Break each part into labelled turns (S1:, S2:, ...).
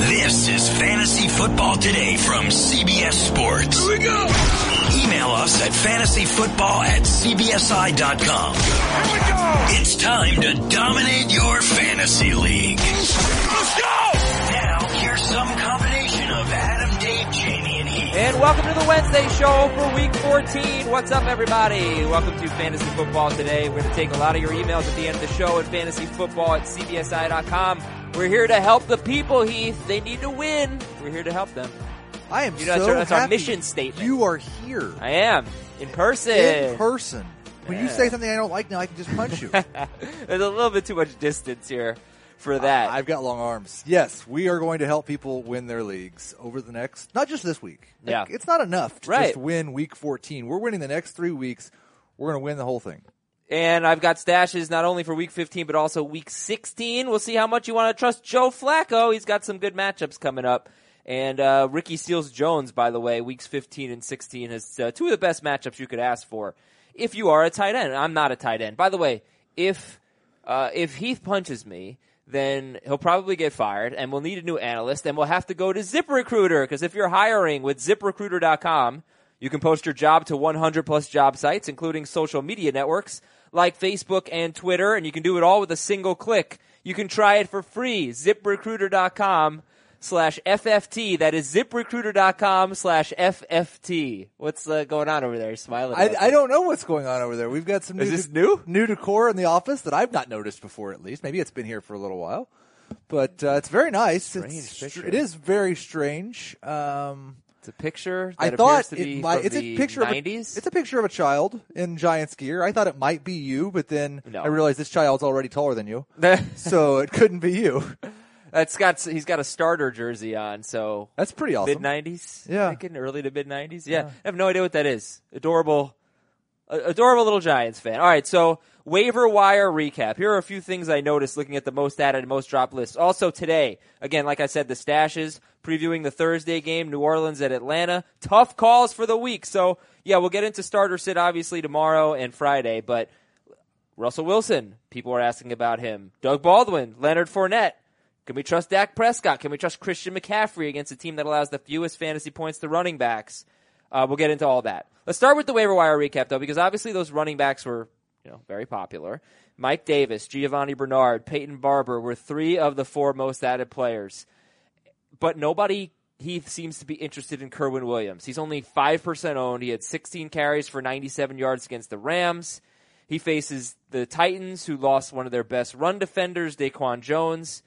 S1: is Fantasy Football Today from CBS Sports. Here we go. Email us at fantasyfootball at cbsi.com. Here we go. It's time to dominate your fantasy league. Let's go. Now, here's some combination of Adam, Dave, Jamie, and Heath.
S2: And welcome to the Wednesday show for week 14. What's up, everybody? Welcome to Fantasy Football Today. We're going to take a lot of your emails at the end of the show at fantasyfootball at cbsi.com. We're here to help the people, Heath. They need to win. We're here to help them.
S3: I am
S2: You know, that's
S3: so
S2: our- that's our
S3: happy
S2: mission statement.
S3: You are here
S2: I am. In person.
S3: in person. When you
S2: Yeah.
S3: say something I don't like now, I can just punch you.
S2: There's a little bit too much distance here for that.
S3: I've got long arms. Yes, we are going to help people win their leagues over the next, not just this week.
S2: Yeah.
S3: it's not enough to
S2: Right.
S3: just win week 14. We're winning the next three weeks. We're going to win the whole thing.
S2: and I've got stashes not only for week 15, but also week 16. We'll see how much you want to trust Joe Flacco. He's got some good matchups coming up. And uh, Ricky Seals Jones, by the way, weeks 15 and 16 has uh, two of the best matchups you could ask for if you are a tight end. I'm not a tight end. By the way, if uh, if Heath punches me, then he'll probably get fired, and we'll need a new analyst, and we'll have to go to ZipRecruiter because if you're hiring with ZipRecruiter.com, you can post your job to 100 plus job sites, including social media networks like Facebook and Twitter, and you can do it all with a single click. You can try it for free. ZipRecruiter.com slash FFT. That is ZipRecruiter.com slash FFT. What's uh, going on over there? You're Smiling.
S3: I,
S2: about
S3: I don't know what's going on over there. We've got some
S2: Is
S3: new
S2: this new?
S3: new decor in the office that I've not noticed before. At least maybe it's been here for a little while, but uh, it's very nice.
S2: Strange
S3: it's, str-
S2: picture.
S3: It is very strange. Um,
S2: It's a picture.
S3: I
S2: that appears
S3: thought
S2: to
S3: it
S2: be
S3: might-
S2: from
S3: it's
S2: the
S3: a picture
S2: 90s.
S3: of a, it's a picture of a child in Giants gear. I thought it might be you, but then
S2: No.
S3: I realized this child's already taller than you,
S2: That's
S3: so it couldn't be you.
S2: got he's got a starter jersey on, so
S3: That's pretty awesome.
S2: mid nineties,
S3: Yeah.
S2: thinking early to mid nineties. Yeah. I have no idea what that is. Adorable, a- adorable little Giants fan. All right, so waiver wire recap. Here are a few things I noticed looking at the most added and most drop lists. Also today, again, like I said, the stashes previewing the Thursday game, New Orleans at Atlanta. Tough calls for the week. So yeah, we'll get into starter sit obviously tomorrow and Friday, but. Russell Wilson, people are asking about him. Doug Baldwin, Leonard Fournette. Can we trust Dak Prescott? Can we trust Christian McCaffrey against a team that allows the fewest fantasy points to running backs? Uh, we'll get into all that. Let's start with the waiver wire recap, though, because obviously those running backs were you know very popular. Mike Davis, Giovanni Bernard, Peyton Barber were three of the four most added players but nobody Heath seems to be interested in Kerwin Williams. He's only five percent owned. He had 16 carries for 97 yards against the Rams. He faces the Titans, who lost one of their best run defenders, DaQuan Jones.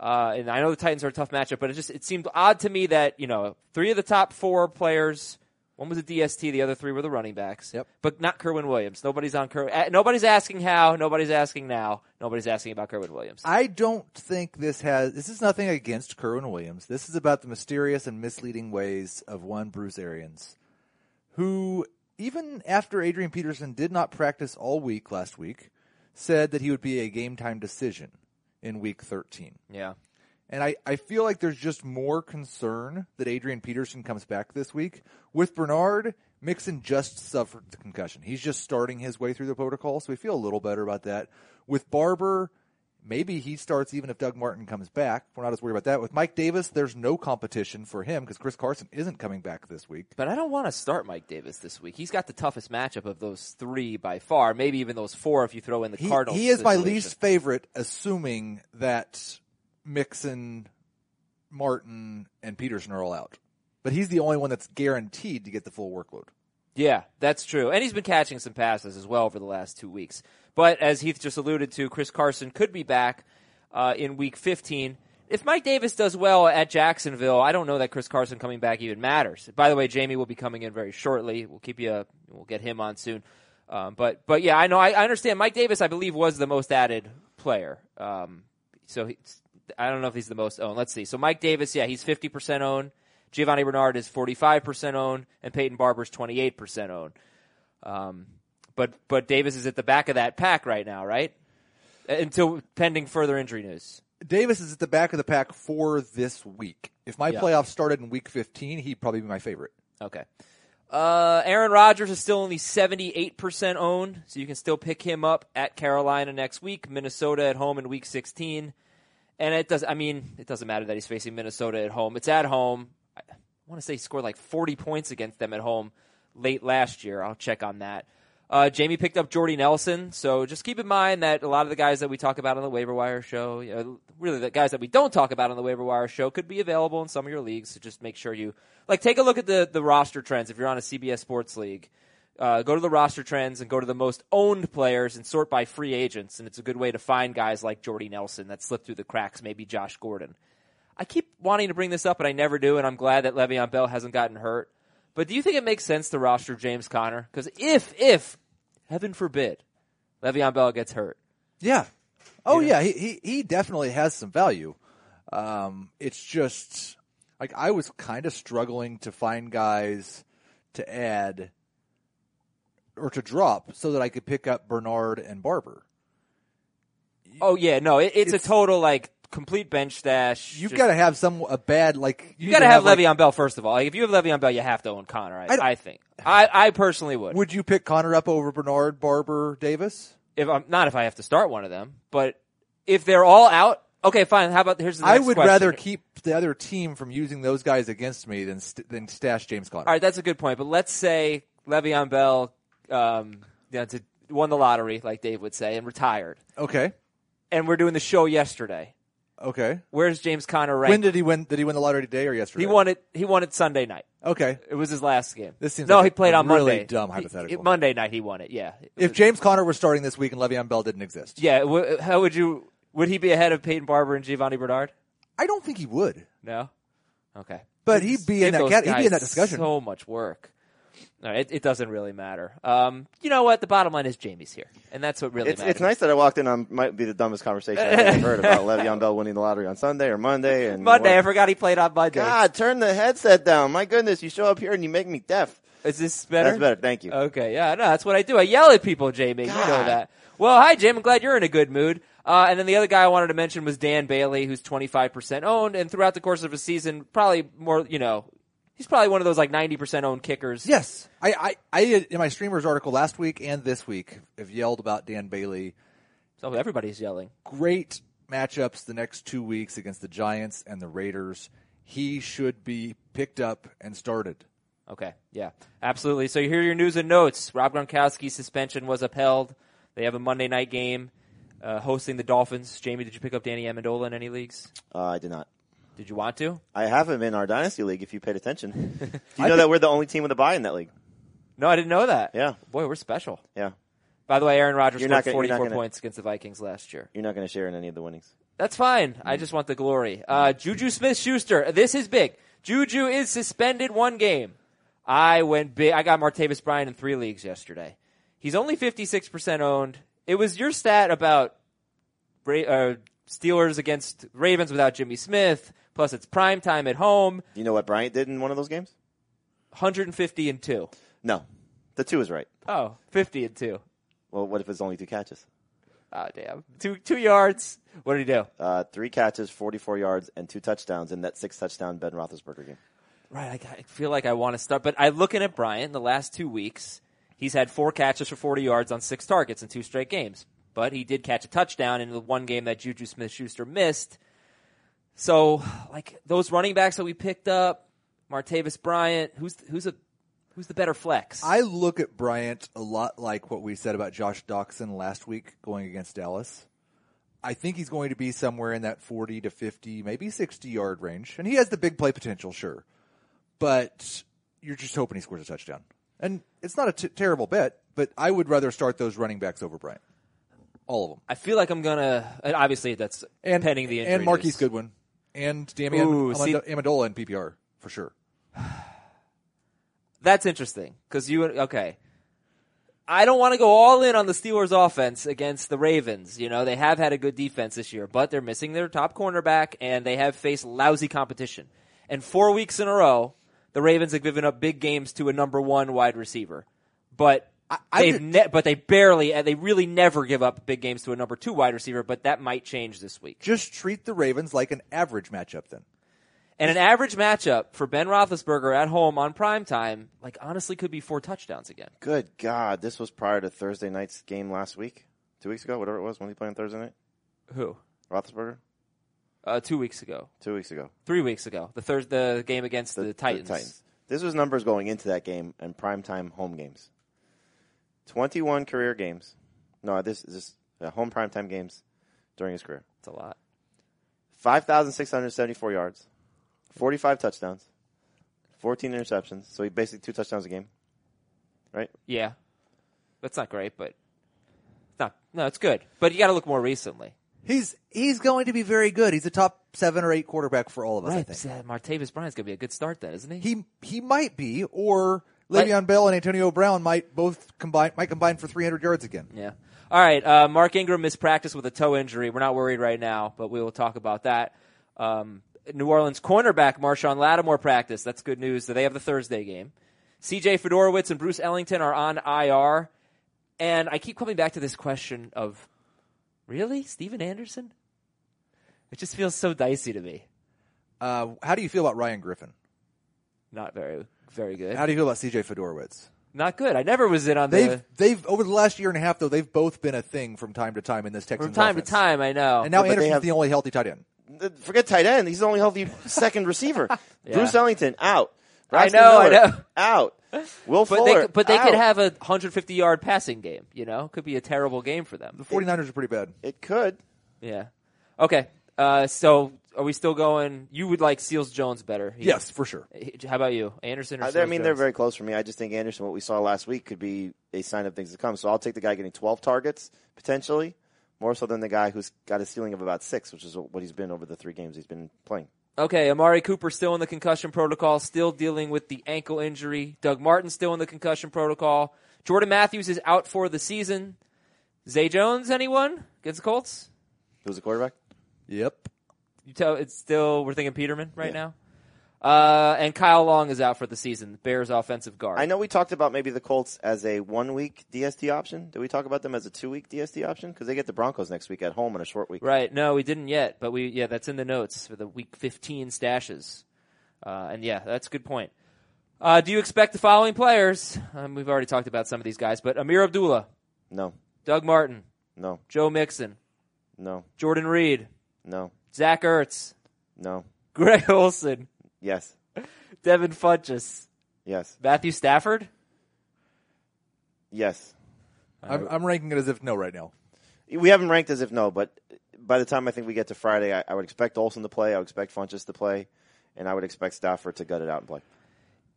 S2: Uh, and I know the Titans are a tough matchup, but it just it seemed odd to me that you know three of the top four players, one was a DST, the other three were the running backs.
S3: Yep.
S2: But not Kerwin Williams. Nobody's on Kerwin. uh, Nobody's asking how. Nobody's asking now. Nobody's asking about Kerwin Williams.
S3: I don't think this has. This is nothing against Kerwin Williams. This is about the mysterious and misleading ways of one Bruce Arians, who, even after Adrian Peterson did not practice all week last week, said that he would be a game time decision in Week 13.
S2: yeah.
S3: And I, I feel like there's just more concern that Adrian Peterson comes back this week. With Bernard, Mixon just suffered the concussion. He's just starting his way through the protocol, so we feel a little better about that. With Barber, maybe he starts even if Doug Martin comes back. We're not as worried about that. With Mike Davis, there's no competition for him because Chris Carson isn't coming back this week.
S2: But I don't want to start Mike Davis this week. He's got the toughest matchup of those three by far. Maybe even those four if you throw in the
S3: He,
S2: Cardinals.
S3: he is my
S2: situation.
S3: least favorite, assuming that Mixon, Martin, and Peterson are all out. But he's the only one that's guaranteed to get the full workload.
S2: Yeah, that's true. And he's been catching some passes as well over the last two weeks. But as Heath just alluded to, Chris Carson could be back uh, in week 15. If Mike Davis does well at Jacksonville, I don't know that Chris Carson coming back even matters. By the way, Jamie will be coming in very shortly. We'll keep you. We'll get him on soon. Um, but but yeah, I know. I, I understand. Mike Davis, I believe, was the most added player. Um, so he's, I don't know if he's the most owned. Let's see. So Mike Davis, yeah, he's fifty percent owned. Giovanni Bernard is 45% owned, and Peyton Barber's 28% owned. Um, but but Davis is at the back of that pack right now, right? Uh, Until pending further injury news.
S3: Davis is at the back of the pack for this week. If my playoffs started in week 15, he'd probably be my favorite.
S2: Okay. Uh, Aaron Rodgers is still only 78% owned, so you can still pick him up at Carolina next week, Minnesota at home in week 16, And it does. I mean, it doesn't matter that he's facing Minnesota at home. It's at home. I want to say he scored like 40 points against them at home late last year. I'll check on that. Uh, Jamie picked up Jordy Nelson, so just keep in mind that a lot of the guys that we talk about on the waiver wire show, you know, really the guys that we don't talk about on the waiver wire show, could be available in some of your leagues. So just make sure you like take a look at the the roster trends if you're on a CBS Sports league. Uh, go to the roster trends and go to the most owned players and sort by free agents, and it's a good way to find guys like Jordy Nelson that slipped through the cracks, maybe Josh Gordon. I keep wanting to bring this up, but I never do, and I'm glad that Le'Veon Bell hasn't gotten hurt. But do you think it makes sense to roster James Conner? Because if, if, heaven forbid, Le'Veon Bell gets hurt,
S3: Yeah. Oh yeah, he, he he definitely has some value. Um, it's just like I was kind of struggling to find guys to add or to drop so that I could pick up Bernard and Barber.
S2: oh yeah, no, it, it's,
S3: It's-
S2: a total like complete bench stash.
S3: You've
S2: Just-
S3: got to have some a bad like
S2: you
S3: need
S2: got to
S3: to
S2: have,
S3: like-
S2: Le'Veon Bell first of all. Like, if you have Le'Veon Bell, you have to own Connor. I,
S3: I don't-
S2: I, think. I, I personally would.
S3: Would you pick Connor up over Bernard, Barber, Davis?
S2: If I'm not, if I have to start one of them, but if they're all out, okay, fine. How about here's the
S3: I
S2: next
S3: would
S2: question.
S3: rather keep the other team from using those guys against me than st- than stash James Conner.
S2: All right, that's a good point. But let's say Le'Veon Bell, um, you know, did- won the lottery, like Dave would say, and retired.
S3: Okay.
S2: And we're doing the show yesterday.
S3: Okay.
S2: Where's James Conner ranked?
S3: When did he win? Did he win the lottery today or yesterday?
S2: he won it? He won it Sunday night.
S3: Okay.
S2: It was his last game.
S3: This seems
S2: no.
S3: like
S2: he
S3: a
S2: played on
S3: really
S2: Monday.
S3: dumb
S2: He-
S3: hypothetical.
S2: he- Monday night he won it. Yeah. It
S3: If
S2: was-
S3: James Conner were starting this week and Le'Veon Bell didn't exist,
S2: yeah, w- how would you? Would he be ahead of Peyton Barber and Giovanni Bernard?
S3: I don't think he would.
S2: No. Okay.
S3: But he'd be in
S2: Give
S3: that
S2: those
S3: cat, he'd be in that
S2: guys
S3: discussion.
S2: So much work. No, it, it doesn't really matter. Um, you know what? The bottom line is Jamie's here, and that's what really
S4: It's,
S2: matters.
S4: it's nice that I walked in on might be the dumbest conversation I've ever heard about Le'Veon Bell winning the lottery on Sunday or Monday and
S2: Monday. I
S4: what-
S2: forgot he played on Monday.
S4: God, turn the headset down. My goodness, you show up here and you make me deaf.
S2: Is this better? Uh,
S4: That's better. Thank you.
S2: Okay, yeah, no, that's what I do. I yell at people, Jamie. You know
S4: God.
S2: that. Well, hi, Jim. I'm glad you're in a good mood. Uh, and then the other guy I wanted to mention was Dan Bailey, who's 25% owned, and throughout the course of a season, probably more, you know, he's probably one of those like 90% owned kickers.
S3: Yes, I, I, I did- in my streamers article last week and this week have yelled about Dan Bailey.
S2: So everybody's yelling.
S3: Great matchups the next two weeks against the Giants and the Raiders. He should be picked up and started.
S2: Okay, yeah, absolutely. So here are your news and notes. Rob Gronkowski's suspension was upheld. They have a Monday night game uh, hosting the Dolphins. Jamie, did you pick up Danny Amendola in any leagues?
S4: Uh, I did not.
S2: Did you want to?
S4: I have him in our dynasty league. If you paid attention,
S3: I
S4: do you know
S3: think-
S4: that we're the only team with a buy in that league?
S2: No, I didn't know that.
S4: Yeah.
S2: Boy, we're special.
S4: Yeah,
S2: By the way, Aaron Rodgers
S4: You're
S2: scored
S4: not gonna- you're not
S2: 44
S4: gonna-
S2: points against the Vikings last year.
S4: you're not going to share in any of the winnings.
S2: That's fine. I just want the glory. Uh, Juju Smith Schuster. This is big. Juju is suspended one game. I went big. I got Martavis Bryant in three leagues yesterday. He's only 56% owned. It was your stat about Ra- uh, Steelers against Ravens without Jimmy Smith. Plus, it's prime time at home.
S4: Do you know what Bryant did in one of those games?
S2: 150 and 2.
S4: No, the two is right.
S2: Oh, 50 and 2.
S4: Well, what if it's only two catches?
S2: Oh, damn. Two, two yards. What did he do?
S4: Uh, three catches, 44 yards, and two touchdowns in that six touchdown Ben Roethlisberger game.
S2: Right, I, got- I feel like I want to start, but I'm looking at Bryant. The last two weeks, he's had four catches for 40 yards on six targets in two straight games. But he did catch a touchdown in the one game that Juju Smith-Schuster missed. So, like those running backs that we picked up, Martavis Bryant, who's who's a who's the better flex?
S3: I look at Bryant a lot like what we said about Josh Doxson last week going against Dallas. I think he's going to be somewhere in that 40 to 50, maybe 60 yard range. And he has the big play potential, sure. But you're just hoping he scores a touchdown. And it's not a t- terrible bet, but I would rather start those running backs over Bryant. All of them.
S2: I feel like I'm gonna. And obviously, that's
S3: And
S2: pending the injury.
S3: And Marquise
S2: news.
S3: Goodwin. And Damian
S2: Ooh, see-
S3: Amando- Amendola in PPR, for sure.
S2: That's interesting because you okay. I don't want to go all in on the Steelers' offense against the Ravens. You know they have had a good defense this year, but they're missing their top cornerback and they have faced lousy competition. And four weeks in a row, the Ravens have given up big games to a number one wide receiver, but.
S3: I
S2: they've
S3: did-
S2: ne- but they barely, they really never give up big games to a number two wide receiver. But that might change this week.
S3: Just treat the Ravens like an average matchup then.
S2: And an average matchup for Ben Roethlisberger at home on prime time, like honestly, could be four touchdowns again.
S4: Good God, this was prior to Thursday night's game last week, two weeks ago, whatever it was, when he played on Thursday night.
S2: Who?
S4: Roethlisberger.
S2: uh, two weeks ago,
S4: two weeks ago.
S2: three weeks ago, the third the game against the, Titans.
S4: This was numbers going into that game and primetime home games. 21 career games. No, this is this uh, home primetime games during his career.
S2: It's a lot.
S4: 5,674 yards, 45 touchdowns, 14 interceptions. So he basically two touchdowns a game. Right?
S2: Yeah, that's not great, but it's not no, it's good. But you got to look more recently.
S3: He's he's going to be very good. He's a top seven or eight quarterback for all of us. I
S2: Right,
S3: think
S2: uh, Martavis Bryant's gonna be a good start then, isn't he?
S3: he he might be, or Le'Veon Bell and Antonio Brown might both combine might combine for 300 yards again.
S2: Yeah. All right. Uh, Mark Ingram missed practice with a toe injury. We're not worried right now, but we will talk about that. Um, New Orleans cornerback Marshawn Lattimore practice. That's good news. They have the Thursday game. C.J. Fedorowicz and Bruce Ellington are on IR, and I keep coming back to this question of, really, Steven Anderson? It just feels so dicey to me.
S3: Uh, how do you feel about Ryan Griffin?
S2: Not very, very good.
S3: How do you feel about CJ Fedorowicz?
S2: Not good. I never was in on
S3: They've
S2: the
S3: they've over the last year and a half though they've both been a thing from time to time in this Texans
S2: from time
S3: offense.
S2: to time. I know.
S3: And now
S4: but they
S3: Anderson's
S4: have-
S3: the only healthy tight end.
S4: Th- Forget tight end. He's the only healthy second receiver. Bruce Ellington out. Braxton
S2: know, I
S4: Miller,
S2: know.
S4: Out. Will
S2: but
S4: Fuller.
S2: they, but they could
S4: out.
S2: have a 150 yard passing game. You know, could be a terrible game for them.
S3: The 49ers are pretty bad.
S4: It could.
S2: Yeah. Okay. Uh, so are we still going? You would like Seals Jones better? He-
S3: Yes, for sure.
S2: he- How about you, Anderson? Or
S4: I, I
S2: Seals
S4: mean, Uh, they're
S2: Jones?
S4: very close for me. I just think Anderson, what we saw last week, could be a sign of things to come. So I'll take the guy getting 12 targets potentially, more so than the guy who's got a ceiling of about six, which is what he's been over the three games he's been playing.
S2: okay. Amari Cooper still in the concussion protocol, still dealing with the ankle injury. Doug Martin still in the concussion protocol. Jordan Matthews is out for the season. Zay Jones, anyone against the Colts?
S4: Who's the quarterback?
S3: Yep.
S2: You tell it's still we're thinking Peterman right now. Uh, and Kyle Long is out for the season. Bears offensive guard.
S4: I know we talked about maybe the Colts as a one week DST option. Did we talk about them as a two week DST option? Because they get the Broncos next week at home in a short week.
S2: Right. No, we didn't yet, but we yeah, that's in the notes for the week 15 stashes. Uh, and yeah, that's a good point. Uh, do you expect the following players? Um, we've already talked about some of these guys, but Amir Abdullah,
S4: No,
S2: Doug Martin,
S4: no,
S2: Joe Mixon,
S4: no,
S2: Jordan Reed,
S4: no,
S2: Zach Ertz,
S4: no.
S2: Greg Olson,
S4: Yes,
S2: Devin Funches,
S4: yes,
S2: Matthew Stafford.
S4: yes.
S3: I'm, I'm ranking it as if no right now.
S4: We haven't ranked as if no, but by the time I think we get to Friday, I, I would expect Olson to play. I would expect Funches to play, and I would expect Stafford to gut it out and play.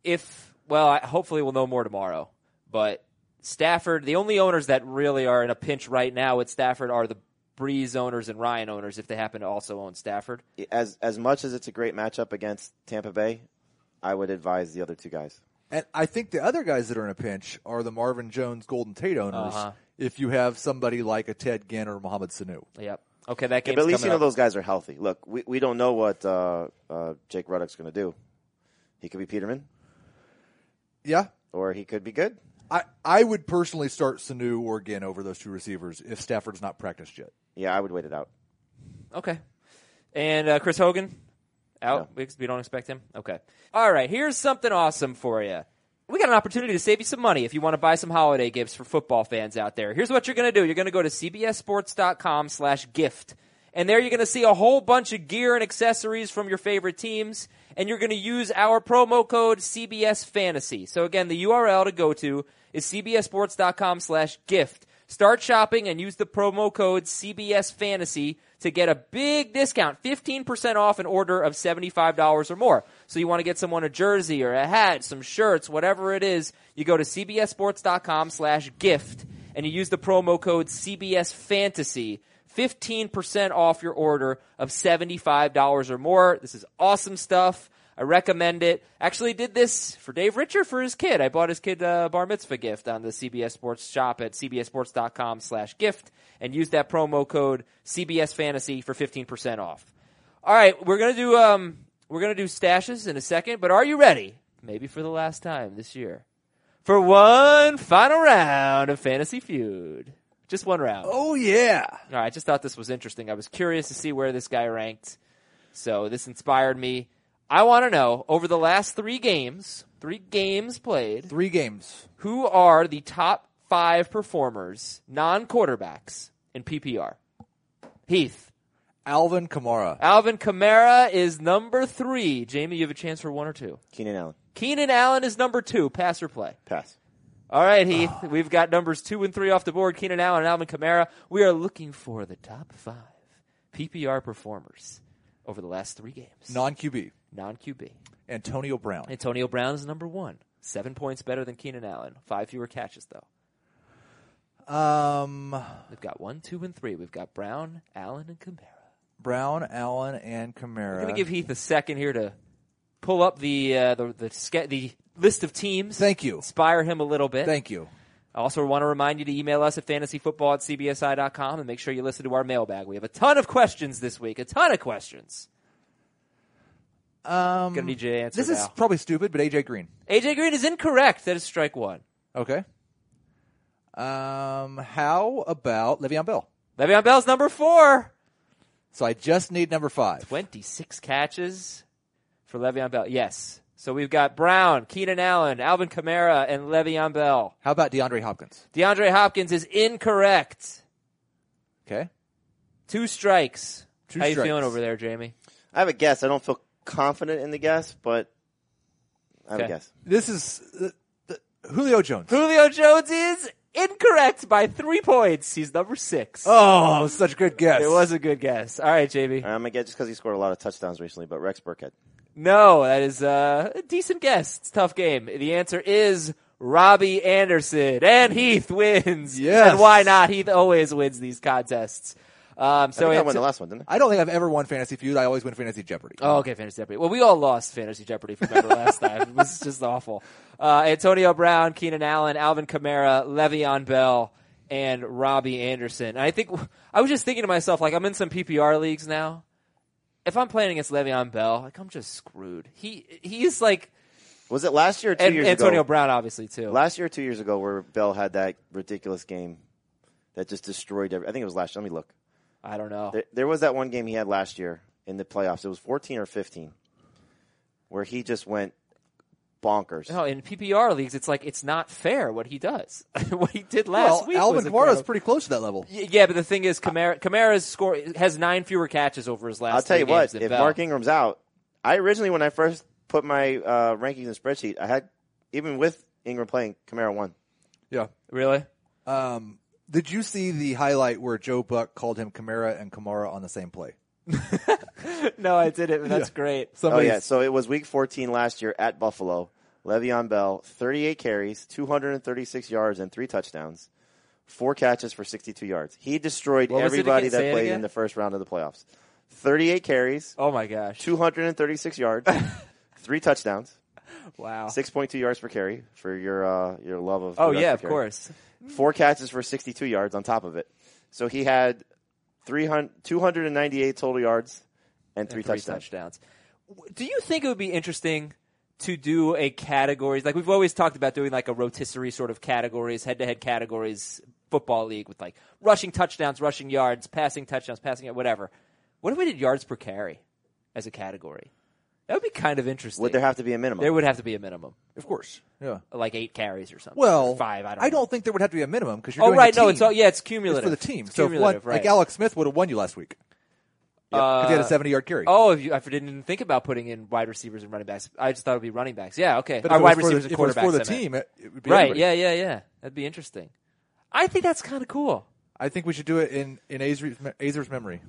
S2: If well, I, hopefully we'll know more tomorrow. But Stafford, the only owners that really are in a pinch right now with Stafford are the Breeze owners and Ryan owners if they happen to also own Stafford.
S4: As as much as it's a great matchup against Tampa Bay, I would advise the other two guys.
S3: And I think the other guys that are in a pinch are the Marvin Jones, Golden Tate owners.
S2: Uh-huh.
S3: If you have somebody like a Ted Ginn or Mohamed Sanu,
S2: Yep. Okay, that game's
S4: but at least you
S2: coming
S4: know
S2: up.
S4: those guys are healthy. Look, we, we don't know what uh, uh, Jake Ruddock's going to do. He could be Peterman,
S3: yeah,
S4: or he could be good.
S3: I I would personally start Sanu or Ginn over those two receivers if Stafford's not practiced yet.
S4: Yeah, I would wait it out.
S2: Okay. And uh, Chris Hogan out.
S4: No.
S2: We, we don't expect him. Okay. All right. Here's something awesome for you. We got an opportunity to save you some money if you want to buy some holiday gifts for football fans out there. Here's what you're going to do. You're going to go to cbsports.com slash gift. And there you're going to see a whole bunch of gear and accessories from your favorite teams. And you're going to use our promo code CBS Fantasy. So again, the URL to go to is cbsports.com slash gift. Start shopping and use the promo code CBS Fantasy to get a big discount, 15% off an order of $75 or more. So you want to get someone a jersey or a hat, some shirts, whatever it is, you go to cbsports.com slash gift and you use the promo code CBS Fantasy. 15% off your order of $75 or more. This is awesome stuff. I recommend it. Actually, did this for Dave Richer for his kid. I bought his kid a bar mitzvah gift on the CBS Sports shop at cbsports.com slash gift and use that promo code CBS Fantasy for 15% off. All right, we're gonna do um, we're gonna do stashes in a second, but are you ready? Maybe for the last time this year for one final round of Fantasy Feud. Just one round.
S3: Oh yeah.
S2: All right, I just thought this was interesting. I was curious to see where this guy ranked. So this inspired me. I want to know over the last three games, three games played,
S3: Three games.
S2: who are the top five performers, non quarterbacks, in PPR? Heath.
S3: Alvin Kamara.
S2: Alvin Kamara is number three. Jamie, you have a chance for one or two.
S4: Keenan Allen.
S2: Keenan Allen is number two. Pass or play?
S4: Pass.
S2: All right, Heath.
S3: Ah.
S2: We've got numbers two and three off the board. Keenan Allen and Alvin Kamara. We are looking for the top five PPR performers over the last three games.
S3: Non QB.
S2: Non QB.
S3: Antonio Brown.
S2: Antonio Brown is number one. Seven points better than Keenan Allen. Five fewer catches, though.
S3: Um,
S2: We've got one, two, and three. We've got Brown, Allen, and Kamara.
S3: Brown, Allen, and Kamara.
S2: I'm going to give Heath a second here to pull up the uh, the the, ske- the list of teams.
S3: Thank you.
S2: Inspire him a little bit.
S3: Thank you.
S2: I also want to remind you to email us at fantasyfootball at cbsi.com and make sure you listen to our mailbag. We have a ton of questions this week. A ton of questions.
S3: Um,
S2: Gonna need you to answer
S3: this is
S2: now.
S3: probably stupid, but AJ Green.
S2: AJ Green is incorrect. That is strike one.
S3: Okay. Um, how about Le'Veon Bell?
S2: Le'Veon Bell's number four.
S3: So I just need number five.
S2: 26 catches for Le'Veon Bell. Yes. So we've got Brown, Keenan Allen, Alvin Kamara, and Le'Veon Bell.
S3: How about DeAndre Hopkins?
S2: DeAndre Hopkins is incorrect.
S3: Okay.
S2: Two strikes.
S3: Two
S2: How you
S3: strikes.
S2: feeling over there, Jamie?
S4: I have a guess. I don't feel confident in the guess, but I have
S2: Okay.
S4: a guess.
S3: This is uh, the, Julio Jones.
S2: Julio Jones is incorrect by three points. He's number six.
S3: Oh, such a good guess.
S2: It was a good guess. All right, Jamie.
S4: Uh, I'm gonna guess just because he scored a lot of touchdowns recently, but Rex Burkhead.
S2: No, that is uh, a decent guess. It's a tough game. The answer is Robbie Anderson. And Heath wins.
S3: Yes.
S2: And why not? Heath always wins these contests. Um,
S4: I
S2: so
S4: think I
S2: it's-
S4: won the last one, didn't I?
S3: I don't think I've ever won Fantasy Feud. I always win Fantasy Jeopardy.
S2: Oh, okay, Fantasy Jeopardy. Well, we all lost Fantasy Jeopardy if you remember last time. It was just awful. Uh, Antonio Brown, Keenan Allen, Alvin Kamara, Le'Veon Bell, and Robbie Anderson. And I think I was just thinking to myself, like, I'm in some PPR leagues now. If I'm playing against Le'Veon Bell, like, I'm just screwed. He he's like
S4: Was it last year or two
S2: and
S4: years
S2: Antonio
S4: ago?
S2: Brown, obviously too.
S4: Last year or two years ago, where Bell had that ridiculous game that just destroyed. Every, I think it was last. year. Let me look.
S2: I don't know.
S4: There, there was that one game he had last year in the playoffs. It was 14 or 15, where he just went bonkers.
S2: No, in PPR leagues, it's like it's not fair what he does. what he did last
S3: well,
S2: week. was
S3: Alvin Kamara is
S2: incredible.
S3: pretty close to that level.
S2: Y- Yeah, but the thing is, Kamara, Kamara's score has nine fewer catches over his last.
S4: I'll tell
S2: three
S4: you what.
S2: games than
S4: If
S2: Bell.
S4: Mark Ingram's out, I originally when I first put my uh, rankings in the spreadsheet, I had even with Ingram playing, Camaro won.
S3: Yeah.
S2: really,
S3: Um, did you see the highlight where Joe Buck called him Kamara and Kamara on the same play?
S2: no, I did it. But that's great.
S4: Oh
S3: Somebody
S4: yeah, so it was Week 14 last year at Buffalo. Le'Veon Bell, 38 carries, 236 yards, and three touchdowns, four catches for 62 yards. He destroyed
S2: What was it
S4: everybody
S2: again? Say
S4: that
S2: it
S4: played
S2: again?
S4: in the first round of the playoffs. 38 carries,
S2: Oh my gosh!
S4: 236 yards, three touchdowns,
S2: Wow.
S4: 6.2 yards per carry for your uh, your love of.
S2: oh
S4: yards
S2: yeah,
S4: per
S2: of
S4: carry.
S2: course.
S4: Four catches for 62 yards on top of it. So he had 300, 298 total yards and three,
S2: And three
S4: touchdowns.
S2: touchdowns. W- Do you think it would be interesting to do a categories like we've always talked about doing like a rotisserie sort of categories, head to head categories football league with like rushing touchdowns, rushing yards, passing touchdowns, passing yard- whatever. What if we did yards per carry as a category? That would be kind of interesting.
S4: Would there have to be a minimum?
S2: there would have to be a minimum.
S3: of course. Yeah.
S2: like eight carries or something.
S3: Well,
S2: or five. I don't. know.
S3: think there would have to be a minimum because you're
S2: Oh
S3: doing
S2: right,
S3: a team.
S2: no, it's all yeah, it's
S3: It's
S2: cumulative
S3: for the team.
S2: It's
S3: So if one,
S2: cumulative, right?
S3: like Alex Smith would have won you last week because he had a 70 yard carry.
S2: Oh, if you, I didn't even think about putting in wide receivers and running backs. I just thought it would be running backs. Yeah, okay.
S3: but
S2: Or
S3: if it
S2: wide
S3: was for
S2: receivers
S3: the,
S2: and
S3: if it was
S2: quarterbacks.
S3: for the
S2: I meant.
S3: team, it, it would be
S2: right?
S3: everybody.
S2: Yeah, yeah, yeah. That'd be interesting. I think that's kind of cool.
S3: I think we should do it in in Azer's, me- Azer's memory.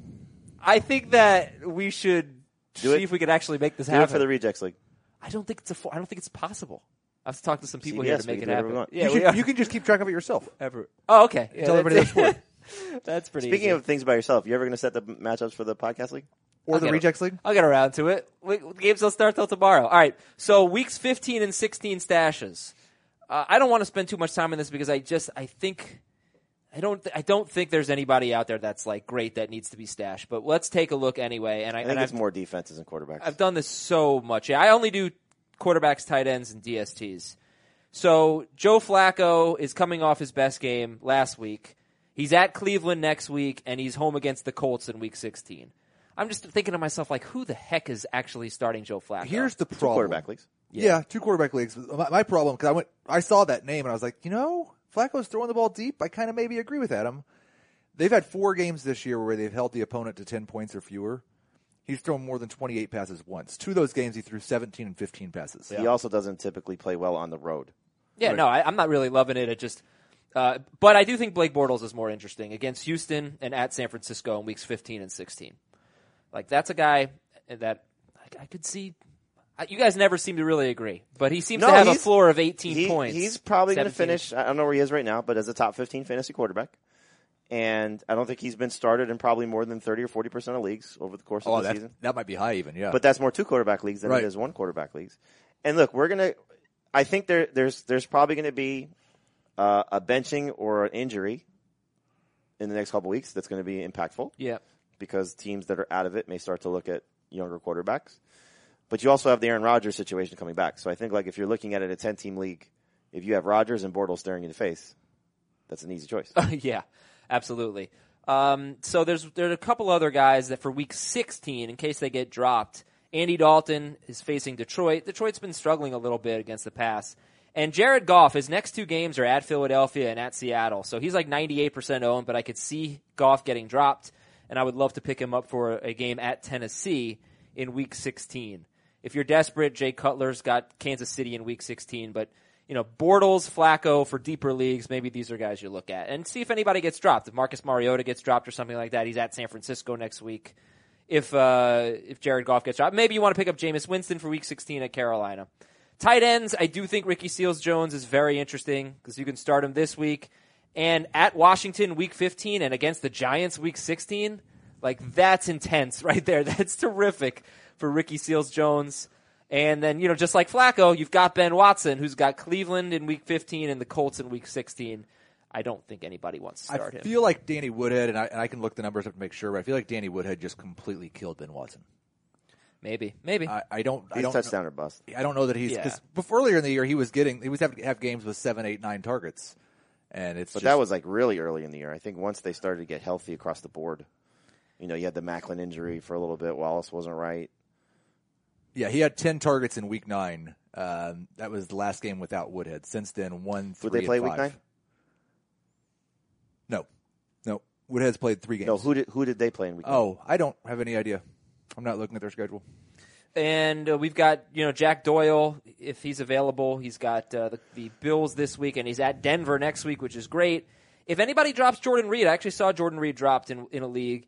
S2: I think that we should
S4: Do
S2: see
S4: it-
S2: if we could actually make this
S4: Do it
S2: happen.
S4: for the rejects league.
S2: I don't think it's a. I don't think it's possible. I have to talk to some people here
S4: CBS,
S2: to make
S4: we
S2: it
S4: can do whatever we
S2: happen.
S4: want.
S2: Yeah,
S3: you,
S2: we
S3: should-
S2: are.
S3: you can just keep track of it yourself.
S2: Ever. Oh, okay. Yeah,
S3: Tell
S2: that's-
S3: everybody that's
S2: that's pretty.
S4: Speaking
S2: easy.
S4: of things by yourself, you ever going to set the m- matchups for the podcast league?
S3: Or the
S2: get it.
S3: Rejects League?
S2: I'll get around to it. We, the games don't start till tomorrow. All right. So weeks 15 and 16 stashes. Uh, I don't want to spend too much time on this because I just I think I don't I don't think there's anybody out there that's like great that needs to be stashed. But let's take a look anyway. And I,
S4: I think
S2: and
S4: it's
S2: I've,
S4: more defenses and quarterbacks.
S2: I've done this so much. Yeah, I only do quarterbacks, tight ends, and DSTs. So Joe Flacco is coming off his best game last week. He's at Cleveland next week, and he's home against the Colts in Week 16. I'm just thinking to myself, like, who the heck is actually starting Joe Flacco?
S3: Here's the problem.
S4: quarterback leagues.
S3: Yeah. two quarterback leagues. My, my problem because I went, I saw that name and I was like, you know, Flacco's throwing the ball deep. I kind of maybe agree with Adam. They've had four games this year where they've held the opponent to 10 points or fewer. He's thrown more than 28 passes once. Two of those games, he threw 17 and 15 passes.
S4: He also doesn't typically play well on the road.
S2: Yeah, no, I, I'm not really loving it. It just, uh, but I do think Blake Bortles is more interesting against Houston and at San Francisco in weeks 15 and 16. Like that's a guy that I, I could see. I, you guys never seem to really agree, but he seems
S4: No,
S2: to have a
S4: he's-
S2: floor of 18
S4: He-
S2: points.
S4: He's probably going to
S2: 17.
S4: finish. I don't know where he is right now, but as a top 15 fantasy quarterback. And I don't think he's been started in probably more than 30 or 40% of leagues over the course of
S3: Oh,
S4: the
S3: that,
S4: season.
S3: that might be high even, yeah.
S4: But that's more two quarterback leagues than
S3: Right.
S4: it is one quarterback leagues. And look, we're gonna. I think there there's there's probably going to be uh, a benching or an injury in the next couple weeks that's going to be impactful
S2: Yeah,
S4: because teams that are out of it may start to look at younger quarterbacks. But you also have the Aaron Rodgers situation coming back. So I think like if you're looking at it a 10 team league, if you have Rodgers and Bortles staring you in the face, that's an easy choice.
S2: yeah, absolutely. Um, so there's there's a couple other guys that for week 16, in case they get dropped, Andy Dalton is facing Detroit. Detroit's been struggling a little bit against the pass. And Jared Goff, his next two games are at Philadelphia and at Seattle. So he's like 98% owned, but I could see Goff getting dropped, and I would love to pick him up for a game at Tennessee in week 16. If you're desperate, Jay Cutler's got Kansas City in week 16, but you know, Bortles, Flacco for deeper leagues, maybe these are guys you look at and see if anybody gets dropped. If Marcus Mariota gets dropped or something like that, he's at San Francisco next week. If uh, if Jared Goff gets dropped, maybe you want to pick up Jameis Winston for Week 16 at Carolina. Tight ends, I do think Ricky Seals Jones is very interesting because you can start him this week and at Washington Week 15 and against the Giants Week 16. Like that's intense right there. That's terrific for Ricky Seals Jones. And then, you know, just like Flacco, you've got Ben Watson, who's got Cleveland in week 15 and the Colts in week 16. I don't think anybody wants to
S3: I
S2: start him.
S3: feel like Danny Woodhead, and I, and I can look the numbers up to make sure, but I feel like Danny Woodhead just completely killed Ben Watson.
S2: maybe, maybe.
S3: I, I don't, I
S4: He's
S3: don't
S4: touchdown or bust.
S3: I don't know that he's
S2: Yeah.
S3: because before earlier in the year he was getting he was having to have games with seven, eight, nine targets, and it's
S4: But
S3: just,
S4: that was like really early in the year. I think once they started to get healthy across the board, you know, you had the Macklin injury for a little bit. Wallace wasn't right.
S3: yeah he had ten targets in week nine. Um, that was the last game without Woodhead. Since then, one three.
S4: Would they
S3: and
S4: play
S3: five.
S4: week nine?
S3: No, no. Woodhead's played three games.
S4: No, who did who did they play in week? nine?
S3: oh, I don't have any idea. I'm not looking at their schedule.
S2: and uh, we've got, you know, Jack Doyle, if he's available. He's got uh, the, the Bills this week, and he's at Denver next week, which is great. If anybody drops Jordan Reed, I actually saw Jordan Reed dropped in, in a league.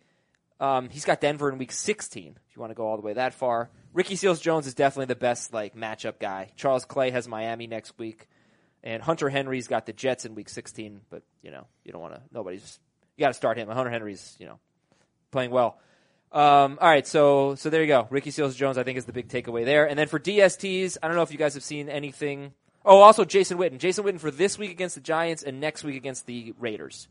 S2: Um, he's got Denver in week 16. If you want to go all the way that far, Ricky Seals Jones is definitely the best like matchup guy. Charles Clay has Miami next week, and Hunter Henry's got the Jets in week 16. But you know you don't want to. Nobody's you got to start him. Hunter Henry's you know playing well. Um, all right, so so there you go. Ricky Seals Jones, I think, is the big takeaway there. And then for DSTs, I don't know if you guys have seen anything. Oh, also Jason Witten. Jason Witten for this week against the Giants and next week against the Raiders.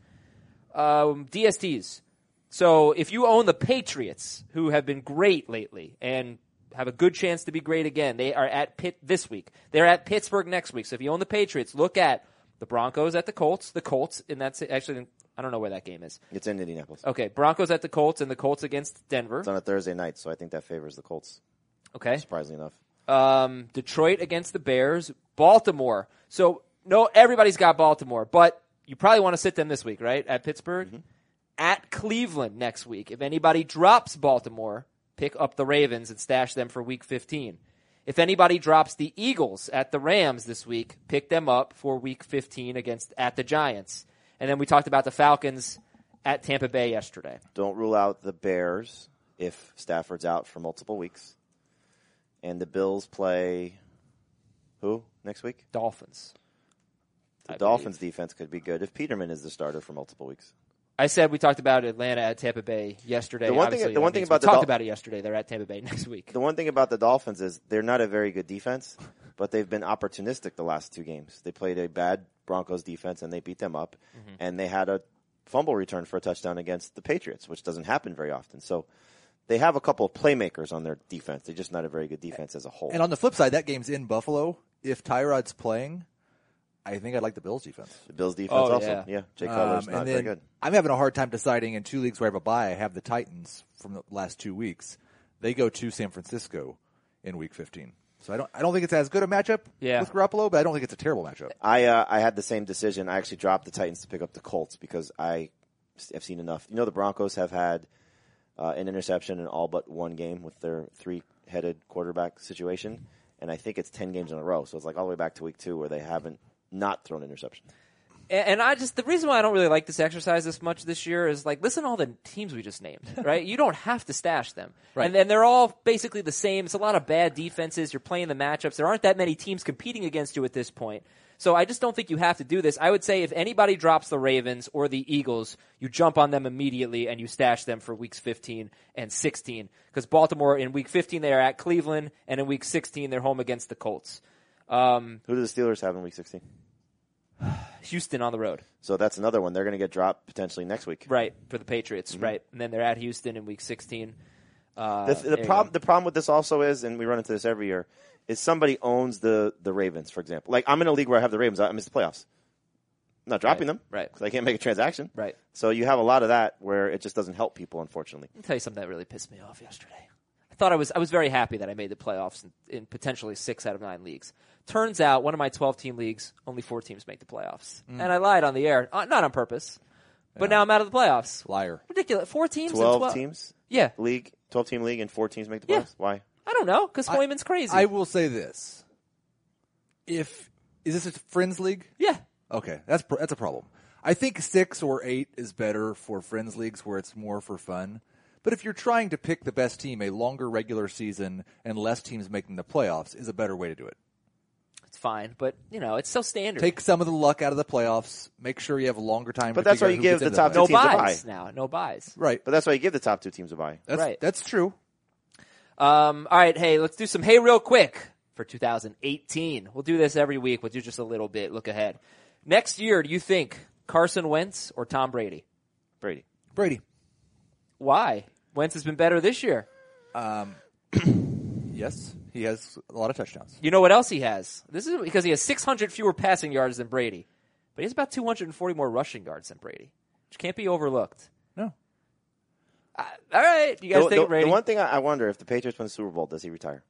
S2: Um, DSTs. So if you own the Patriots, who have been great lately and have a good chance to be great again, they are at Pitt this week. They're at Pittsburgh next week. So if you own the Patriots, look at the Broncos at the Colts, the Colts, and that's actually I don't know where that game is.
S4: It's in Indianapolis.
S2: Okay, Broncos at the Colts and the Colts against Denver.
S4: It's on a Thursday night, so I think that favors the Colts,
S2: Okay.
S4: surprisingly enough.
S2: Um, Detroit against the Bears, Baltimore. So no, everybody's got Baltimore, but you probably want to sit them this week, right? At Pittsburgh,
S4: Mm-hmm.
S2: at Cleveland next week. If anybody drops Baltimore, pick up the Ravens and stash them for Week 15. If anybody drops the Eagles at the Rams this week, pick them up for Week 15 against at the Giants. And then we talked about the Falcons at Tampa Bay yesterday.
S4: Don't rule out the Bears if Stafford's out for multiple weeks. And the Bills play who next week?
S2: Dolphins.
S4: The
S2: I
S4: Dolphins defense could be good if Peterman is the starter for multiple weeks.
S2: I said we talked about Atlanta at Tampa Bay yesterday.
S4: The one thing-
S2: Obviously,
S4: the one
S2: that
S4: thing
S2: means
S4: about
S2: we
S4: the
S2: talked
S4: Dol-
S2: about it yesterday. They're at Tampa Bay next week.
S4: The one thing about the Dolphins is they're not a very good defense, but they've been opportunistic the last two games. They played a bad Broncos defense and they beat them up,
S2: Mm-hmm.
S4: and they had a fumble return for a touchdown against the Patriots, which doesn't happen very often. So they have a couple of playmakers on their defense. They're just not a very good defense as a whole.
S3: And on the flip side, that game's in Buffalo. If Tyrod's playing, I think I'd like the Bills defense.
S4: The Bills defense
S2: Oh,
S4: also.
S2: yeah.
S4: Yeah. Jay Cutler's
S3: Um,
S4: not
S3: and
S4: very
S3: then
S4: good.
S3: I'm having a hard time deciding in two leagues where I have a buy. I have the Titans from the last two weeks. They go to San Francisco in week 15. So I don't, I don't think it's as good a matchup
S2: Yeah.
S3: with Garoppolo, but I don't think it's a terrible matchup.
S4: I uh, I had the same decision. I actually dropped the Titans to pick up the Colts because I I've seen enough. You know, the Broncos have had uh, an interception in all but one game with their three-headed quarterback situation, and I think it's ten games in a row. So it's like all the way back to week two where they haven't not thrown an interception.
S2: And, and I just the reason why I don't really like this exercise this much this year is like listen to all the teams we just named, right? you don't have to stash them,
S3: Right.
S2: and then they're all basically the same. It's a lot of bad defenses. You're playing the matchups. There aren't that many teams competing against you at this point. So I just don't think you have to do this. I would say if anybody drops the Ravens or the Eagles, you jump on them immediately and you stash them for weeks 15 and 16 because Baltimore in week 15 they are at Cleveland and in week 16 they're home against the Colts. Um,
S4: Who do the Steelers have in week sixteen?
S2: Houston on the road.
S4: So that's another one. They're going to get dropped potentially next week.
S2: Right for the Patriots, right, and then they're at Houston in Week 16. Uh,
S4: The, the
S2: there you
S4: problem
S2: go.
S4: the problem with this also is, and we run into this every year, is somebody owns the the Ravens, for example. Like I'm in a league where I have the Ravens. I miss the playoffs. I'm not dropping
S2: Right,
S4: them,
S2: right.
S4: Because I can't make a transaction,
S2: Right.
S4: So you have a lot of that where it just doesn't help people, unfortunately.
S2: Let me tell you something that really pissed me off yesterday. I thought I was I was very happy that I made the playoffs in, in potentially six out of nine leagues. Turns out one of my 12 team leagues, only four teams make the playoffs, and I lied on the air, uh, not on purpose. But now I'm out of the playoffs.
S3: Liar.
S2: Ridiculous. Four teams. and
S4: Twelve teams,
S2: Yeah,
S4: league, twelve team league, and four teams make the playoffs.
S2: Yeah.
S4: Why?
S2: I don't know because Hoyman's crazy.
S3: I will say this: if is this a friends league?
S2: yeah,
S3: Okay, that's pr- that's a problem. I think six or eight is better for friends leagues where it's more for fun. But if you're trying to pick the best team, a longer regular season and less teams making the playoffs is a better way to do it.
S2: it's fine, but you know it's so standard.
S3: Take some of the luck out of the playoffs. Make sure you have a longer time.
S4: But
S3: to
S4: that's
S3: figure
S4: why
S3: out
S4: you
S3: who
S4: give
S3: gets
S4: the
S3: into
S4: top
S2: no
S4: teams a
S2: buys now. No buys.
S3: Right.
S4: But that's why you give the top two teams a bye.
S3: That's,
S2: Right.
S3: That's true.
S2: Um, all right, hey, let's do some hey real quick for 2018. We'll do this every week. We'll do just a little bit. Look ahead. Next year, do you think Carson Wentz or Tom Brady?
S4: Brady.
S3: Brady.
S2: Why? Wentz has been better this year.
S3: Yes, he has a lot of touchdowns.
S2: You know what else he has? This is because he has 600 fewer passing yards than Brady, but he has about 240 more rushing yards than Brady, which can't be overlooked.
S3: No.
S2: All right, you guys
S4: the,
S2: think
S4: the-
S2: Brady?
S4: the one thing I I wonder if the Patriots win the Super Bowl, does he retire?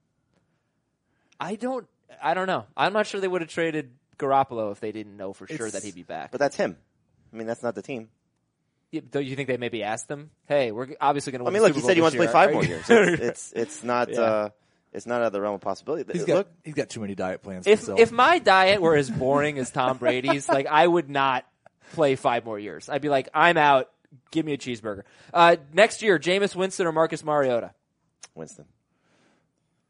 S2: I don't. I don't know. I'm not sure they would have traded Garoppolo if they didn't know for sure
S3: It's-
S2: that he'd be back.
S4: But that's him. I mean, that's not the team.
S2: Yeah, do you think they maybe asked them? Hey, we're g- obviously going to.
S4: I mean,
S2: the
S4: look,
S2: Super
S4: he
S2: Bowl
S4: said he
S2: this
S4: wants to
S2: year.
S4: play five
S2: Are
S4: more
S2: you-
S4: years. It's it's, it's not uh, it's not out of the realm of possibility.
S3: He's got
S4: Look,
S3: he's got too many diet plans.
S2: If
S3: himself.
S2: if my diet were as boring as Tom Brady's, like I would not play five more years. I'd be like, I'm out. Give me a cheeseburger. Uh, next year, Jameis Winston or Marcus Mariota.
S4: Winston.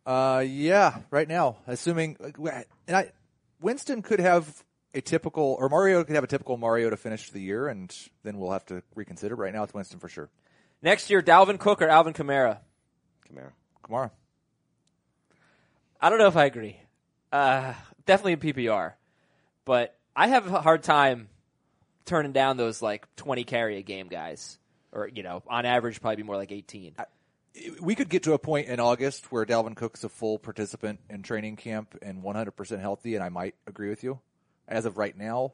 S3: Uh, yeah, right now, assuming like, wh- and I, Winston could have a typical, or Mario could have a typical Mario to finish the year, and then we'll have to reconsider. Right now, it's Winston for sure.
S2: Next year, Dalvin Cook or Alvin Kamara.
S4: Camaro.
S3: Kamara,
S2: I don't know if I agree. Uh, definitely in PPR, but I have a hard time turning down those like 20 carry a game guys, or you know, on average, probably be more like 18.
S3: we could get to a point in August where Dalvin Cook's a full participant in training camp and 100% healthy, and I might agree with you. As of right now,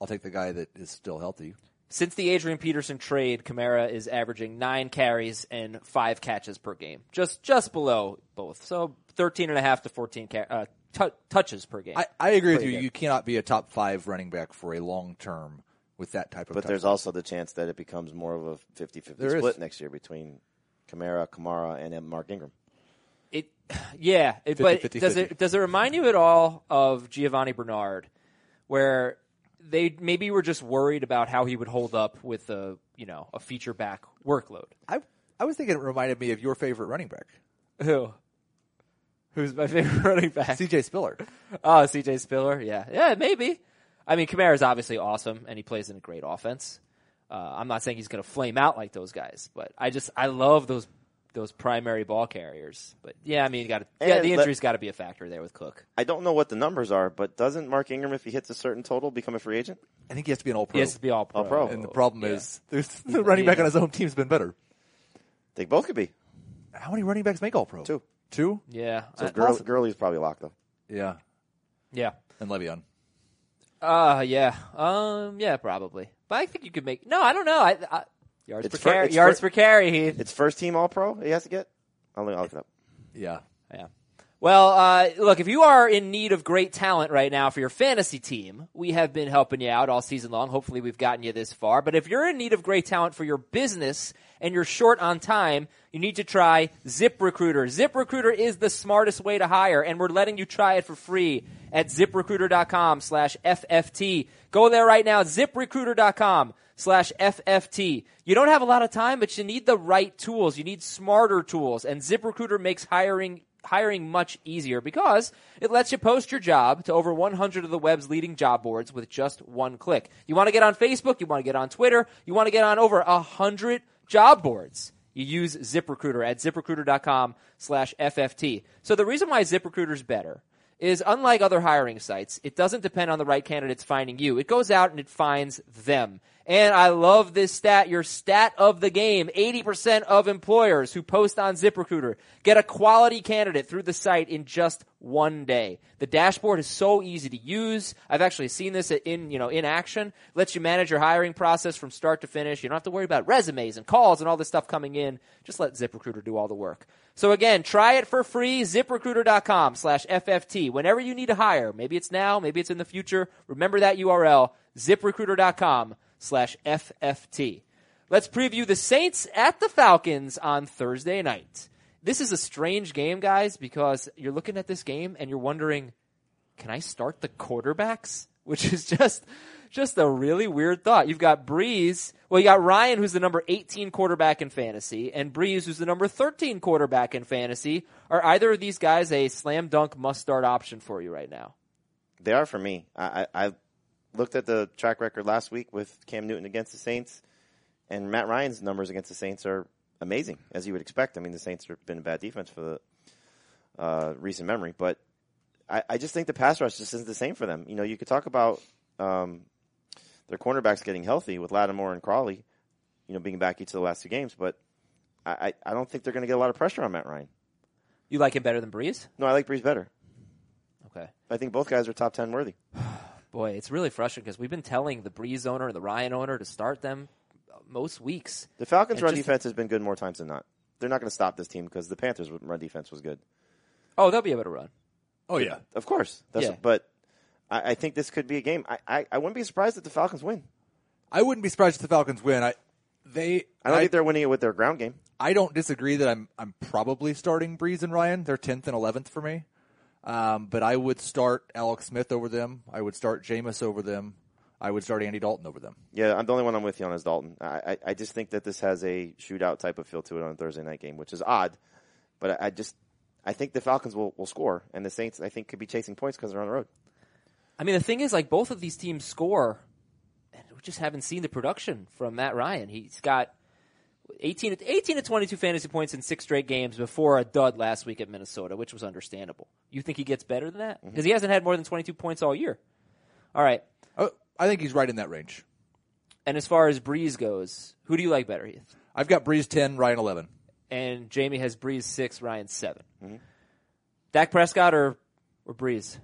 S3: I'll take the guy that is still healthy.
S2: Since the Adrian Peterson trade, Kamara is averaging nine carries and five catches per game, just just below both. So 13 and a half to 14 ca- uh, tou touches per game.
S3: I, I agree with
S2: Pretty
S3: you.
S2: good.
S3: You cannot be a top five running back for a long term with that type of.
S4: But there's
S3: touchdown.
S4: also the chance that it becomes more of a 50-50
S3: There is.
S4: split next year between Kamara, Kamara, and then Mark Ingram.
S2: it, yeah, it, but
S3: 50,
S2: does
S3: 50.
S2: it does it remind you at all of Giovanni Bernard, where they maybe were just worried about how he would hold up with a you know a feature back workload?
S3: I I was thinking it reminded me of your favorite running back,
S2: Who? Who's my favorite running back?
S3: C.J. Spiller.
S2: Oh, CJ Spiller. Yeah. Yeah, maybe. I mean, Kamara's obviously awesome and he plays in a great offense. Uh, I'm not saying he's going to flame out like those guys, but I just, I love those, those primary ball carriers. But yeah, I mean, you got to, yeah,
S4: And
S2: the
S4: let-
S2: injury's got to be a factor there with Cook.
S4: I don't know what the numbers are, but doesn't Mark Ingram, if he hits a certain total, become a free agent?
S3: I think he has to be an all pro.
S2: He has to be all pro.
S4: All pro.
S3: and the problem
S2: Yeah.
S3: is there's, the running back
S2: yeah.
S3: on his own team's been better.
S4: They both could be.
S3: How many running backs make all pro?
S4: Two.
S3: Two?
S2: Yeah.
S4: So
S2: I-
S4: Gurley,
S3: possible.
S4: Gurley's probably locked though.
S3: Yeah.
S2: yeah.
S3: And Le'Veon.
S2: Uh, yeah. Um, yeah, probably. But I think you could make, no, I don't know. I, I yards
S4: It's
S2: per
S4: fir-
S2: carry,
S4: it's
S2: yards
S4: fir-
S2: per carry, Heath.
S4: It's first team All Pro. He has to get. I'll, I'll look it up.
S3: Yeah.
S2: Yeah. Well, uh, look, if you are in need of great talent right now for your fantasy team, we have been helping you out all season long. Hopefully we've gotten you this far. But if you're in need of great talent for your business and you're short on time, you need to try ZipRecruiter. ZipRecruiter is the smartest way to hire, and we're letting you try it for free at ziprecruiter.com slash FFT. Go there right now, ziprecruiter.com slash FFT. You don't have a lot of time, but you need the right tools. You need smarter tools, and ZipRecruiter makes hiring hiring much easier because it lets you post your job to over 100 of the web's leading job boards with just one click. You want to get on Facebook, you want to get on Twitter, you want to get on over 100 job boards. You use ZipRecruiter at ziprecruiter.com slash FFT. So the reason why ZipRecruiter is better is unlike other hiring sites, it doesn't depend on the right candidates finding you. It goes out and it finds them. And I love this stat, your stat of the game. 80% of employers who post on ZipRecruiter get a quality candidate through the site in just one day. The dashboard is so easy to use. I've actually seen this in, you know, in action. Lets you manage your hiring process from start to finish. You don't have to worry about resumes and calls and all this stuff coming in. Just let ZipRecruiter do all the work. So again, try it for free, ziprecruiter.com slash FFT. Whenever you need to hire, maybe it's now, maybe it's in the future, remember that URL, ziprecruiter.com slash FFT. Let's preview the Saints at the Falcons on Thursday night. This is a strange game, guys, because you're looking at this game and you're wondering, can I start the quarterbacks? Which is just just a really weird thought. You've got Breeze, well you got Ryan who's the number 18 quarterback in fantasy and Breeze who's the number 13 quarterback in fantasy. Are either of these guys a slam dunk must start option for you right now?
S4: They are for me. I, I, I looked at the track record last week with Cam Newton against the Saints, and Matt Ryan's numbers against the Saints are amazing, as you would expect. I mean, the Saints have been a bad defense for the uh, recent memory, but I, I just think the pass rush just isn't the same for them. You know, you could talk about um, their cornerbacks getting healthy with Lattimore and Crawley, you know, being back each of the last two games, but I, I, I don't think they're going to get a lot of pressure on Matt Ryan.
S2: You like him better than Breeze?
S4: No, I like Breeze better.
S2: Okay.
S4: I think both guys are top 10 worthy.
S2: Boy, it's really frustrating because we've been telling the Breeze owner and the Ryan owner to start them most weeks.
S4: The Falcons'
S2: It
S4: run
S2: just-
S4: defense has been good more times than not. They're not going to stop this team because the Panthers' run defense was good.
S2: Oh, they'll be able to run.
S5: Oh yeah,
S4: Of course. That's
S2: Yeah.
S4: but I, I think this could be a game. I, I, I wouldn't be surprised if the Falcons win.
S3: I wouldn't be surprised if the Falcons win. I they
S4: I don't
S3: I,
S4: think they're winning it with their ground game.
S3: I don't disagree that I'm I'm probably starting Breeze and Ryan. They're tenth and eleventh for me. Um, but I would start Alex Smith over them. I would start Jameis over them. I would start Andy Dalton over them.
S4: Yeah, I'm the only one I'm with you on is Dalton. I, I, I just think that this has a shootout type of feel to it on a Thursday night game, which is odd. But I, I just I think the Falcons will, will score, and the Saints I think could be chasing points because they're on the road.
S2: I mean, the thing is, like, both of these teams score, and we just haven't seen the production from Matt Ryan. He's got 18, to- 18 to 22 fantasy points in six straight games before a dud last week at Minnesota, which was understandable. You think he gets better than that? Because he hasn't had more than 22 points all year. All right.
S3: Oh, I think he's right in that range.
S2: And as far as Breeze goes, who do you like better, Heath?
S3: I've got Breeze ten, Ryan eleven.
S2: And Jamie has Breeze six, Ryan 7 Dak Prescott or, or Breeze?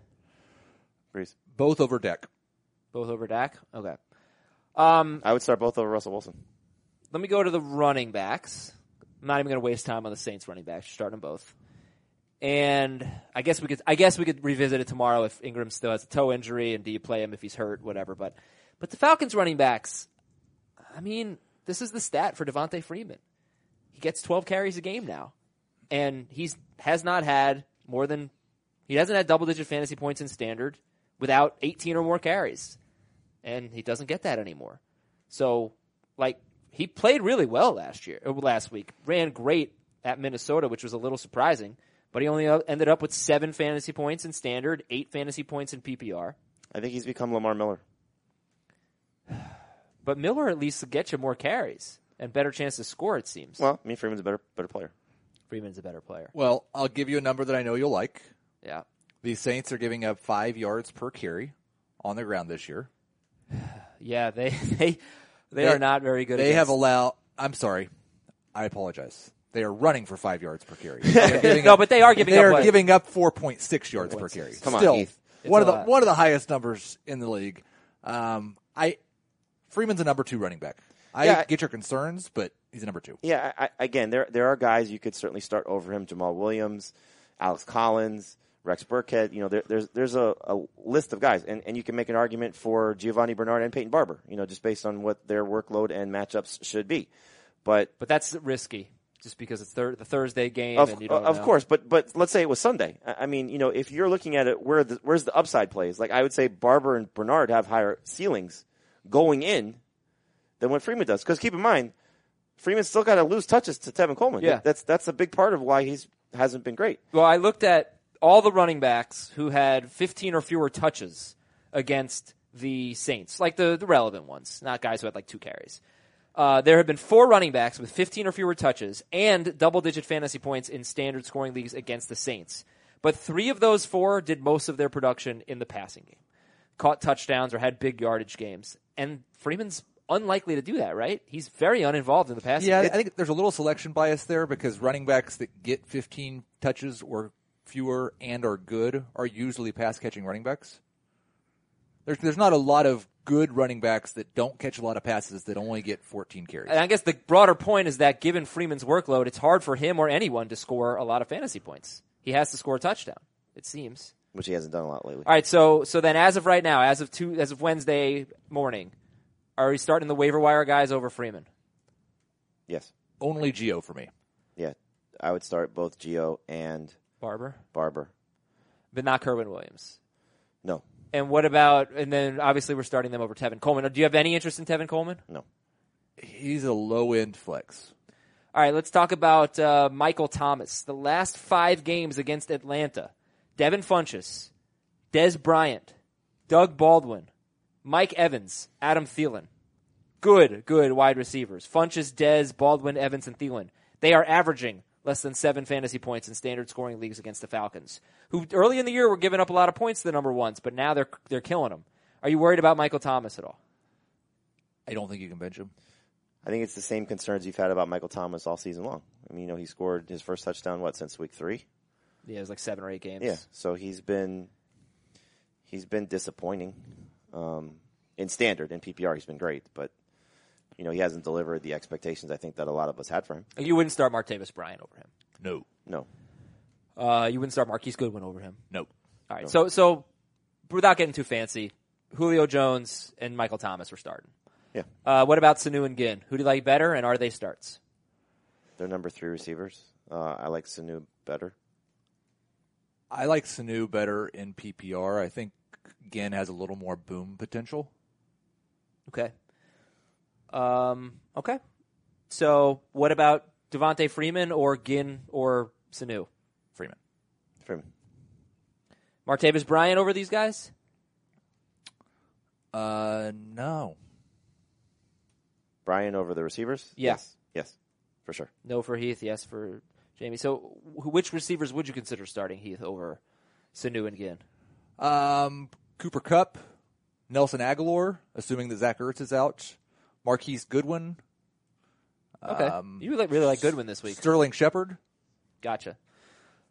S4: Breeze.
S3: Both over deck.
S2: Both over Dak? Okay.
S4: I would start both over Russell Wilson.
S2: Let me go to the running backs. I'm not even going to waste time on the Saints running backs. You're starting them both. And I guess we could I guess we could revisit it tomorrow if Ingram still has a toe injury and do you play him if he's hurt, whatever. But but the Falcons running backs, I mean, this is the stat for Devontae Freeman. He gets twelve carries a game now. And he's has not had more than he hasn't had double digit fantasy points in standard without eighteen or more carries. And he doesn't get that anymore. So, like, he played really well last year, uh, last week. Ran great at Minnesota, which was a little surprising. But he only uh, ended up with seven fantasy points in standard, eight fantasy points in PPR.
S4: I think he's become Lamar Miller.
S2: But Miller at least gets you more carries and better chance to score. It seems
S4: Well, I mean Freeman's a better better player.
S2: Freeman's a better player.
S3: Well, I'll give you a number that I know you'll like.
S2: Yeah,
S3: The Saints are giving up five yards per carry on the ground this year.
S2: yeah. They they they are not very good.
S3: They have
S2: against-
S3: allowed. I'm sorry. I apologize. They are running for five yards per carry. They're giving
S2: no,
S3: up-
S2: but they are giving.
S3: they are
S2: up what?
S3: giving up 4.6 yards per carry.
S4: Come on,
S3: Still,
S4: Heath.
S3: one of
S2: It's a
S3: the
S2: lot.
S3: one of the highest numbers in the league. Um, I Freeman's a number two running back. I
S4: Yeah, I-
S3: get your concerns, but he's a number two.
S4: Yeah, I, I, again, there there are guys you could certainly start over him. Jamal Williams, Alex Collins, Rex Burkhead. You know, there, there's there's a, a list of guys, and, and you can make an argument for Giovanni Bernard and Peyton Barber. You know, just based on what their workload and matchups should be. But
S2: But that's risky, just because it's thir- the Thursday game.
S4: of, uh,
S2: and you don't
S4: of
S2: know.
S4: course, but but let's say it was Sunday. I I mean, you know, if you're looking at it, where the, where's the upside plays? Like I would say, Barber and Bernard have higher ceilings going in than what Freeman does. Because keep in mind, Freeman's still got to lose touches to Tevin Coleman.
S2: Yeah.
S4: That- that's that's a big part of why he's hasn't been great.
S2: Well, I looked at all the running backs who had 15 or fewer touches against the Saints, like the, the relevant ones, not guys who had like two carries. Uh, there have been four running backs with 15 or fewer touches and double digit fantasy points in standard scoring leagues against the Saints. But three of those four did most of their production in the passing game, caught touchdowns or had big yardage games. And Freeman's unlikely to do that, right? He's very uninvolved in the passing
S3: Yeah,
S2: game.
S3: I think there's a little selection bias there because running backs that get 15 touches or fewer and are good are usually pass catching running backs. There's there's not a lot of good running backs that don't catch a lot of passes that only get 14 carries.
S2: And I guess the broader point is that given Freeman's workload, it's hard for him or anyone to score a lot of fantasy points. He has to score a touchdown, it seems.
S4: which he hasn't done a lot lately.
S2: All right, so so then as of right now, as of two, as of Wednesday morning, are we starting the waiver wire guys over Freeman?
S4: Yes,
S3: Only Geo for me.
S4: yeah, I would start both Geo and
S2: Barber,
S4: Barber.
S2: but not Kerwin Williams.
S4: No,
S2: And what about? And then obviously we're starting them over Tevin Coleman. Do you have any interest in Tevin Coleman?
S4: no,
S3: He's a low end flex.
S2: All right, let's talk about uh, Michael Thomas. The last five games against Atlanta, Devin Funches, Des Bryant, Doug Baldwin, Mike Evans, Adam Thielen. Good, good wide receivers. Funches, Des, Baldwin, Evans, and Thielen. They are averaging less than seven fantasy points in standard scoring leagues against the Falcons, who early in the year were giving up a lot of points to the number ones, but now they're they're killing them. Are you worried about Michael Thomas at all?
S3: I don't think you can bench him.
S4: I think it's the same concerns you've had about Michael Thomas all season long. I mean, you know, he scored his first touchdown what since week three.
S2: Yeah, it was like seven or eight games.
S4: Yeah, so he's been he's been disappointing um, in standard in PPR. He's been great, but you know he hasn't delivered the expectations I think that a lot of us had for him.
S2: You wouldn't start Martavis Bryant over him.
S3: No.
S4: No,
S2: Uh, you wouldn't start Marquise Goodwin over him.
S3: No.
S2: All right. So so without getting too fancy, Julio Jones and Michael Thomas were starting.
S4: yeah,
S2: Uh, what about Sanu and Ginn? Who do you like better, and are they starts?
S4: they're number three receivers. Uh, I like Sanu better.
S3: I like Sanu better in PPR. I think Ginn has a little more boom potential.
S2: Okay. Um. Okay. So what about Devontae Freeman or Ginn or Sanu?
S3: Freeman.
S4: Freeman.
S2: Martavis Bryant over these guys?
S3: Uh no.
S4: Brian over the receivers.
S2: Yeah.
S4: Yes, yes, for sure.
S2: No for Heath, yes for Jamie. So wh- which receivers would you consider starting Heath over Sanu and Ginn?
S3: Um, Cooper Cup, Nelson Aguilar, assuming that Zach Ertz is out, Marquise Goodwin,
S2: Okay. Um, you like, really like Goodwin this week.
S3: Sterling Shepard.
S2: Gotcha.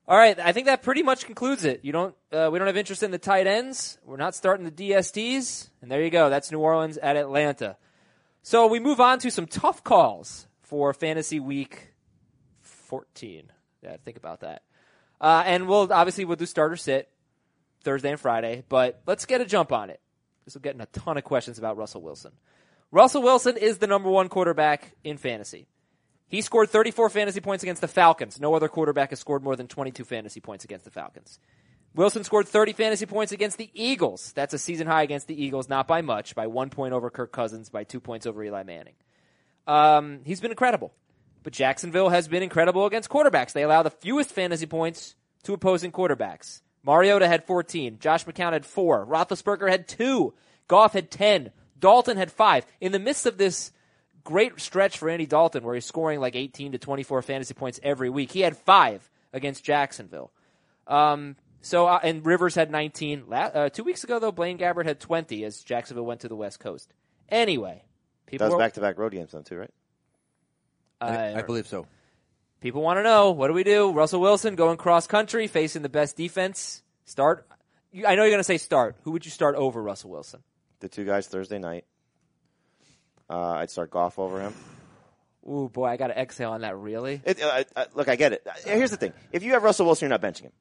S2: All right, I think that pretty much concludes it. You don't, uh, we don't have interest in the tight ends. We're not starting the DSTs, and there you go. That's New Orleans at Atlanta. So we move on to some tough calls for fantasy week fourteen. Yeah, think about that. Uh, and we'll obviously we'll do starter sit Thursday and Friday, but let's get a jump on it. This will get in a ton of questions about Russell Wilson. Russell Wilson is the number one quarterback in fantasy. He scored 34 fantasy points against the Falcons. No other quarterback has scored more than 22 fantasy points against the Falcons. Wilson scored 30 fantasy points against the Eagles. That's a season high against the Eagles, not by much, by one point over Kirk Cousins, by two points over Eli Manning. Um, he's been incredible. But Jacksonville has been incredible against quarterbacks. They allow the fewest fantasy points to opposing quarterbacks. Mariota had 14. Josh McCown had 4. Roethlisberger had 2. Goff had 10. Dalton had 5. In the midst of this great stretch for Andy Dalton where he's scoring like 18 to 24 fantasy points every week, he had 5 against Jacksonville. Um, so uh, and Rivers had 19 La- uh, two weeks ago though. Blaine Gabbert had 20 as Jacksonville went to the West Coast. Anyway, people
S4: That was
S2: were-
S4: back to back road games then too, right?
S2: I-
S3: I believe so.
S2: People want to know what do we do? Russell Wilson going cross country, facing the best defense. Start. You- I know you're going to say start. Who would you start over Russell Wilson?
S4: The two guys Thursday night. Uh, I'd start Goff over him.
S2: Ooh, boy, I got to exhale on that. Really?
S4: It, uh, I, I, look, I get it. Uh, Here's the thing: if you have Russell Wilson, you're not benching him,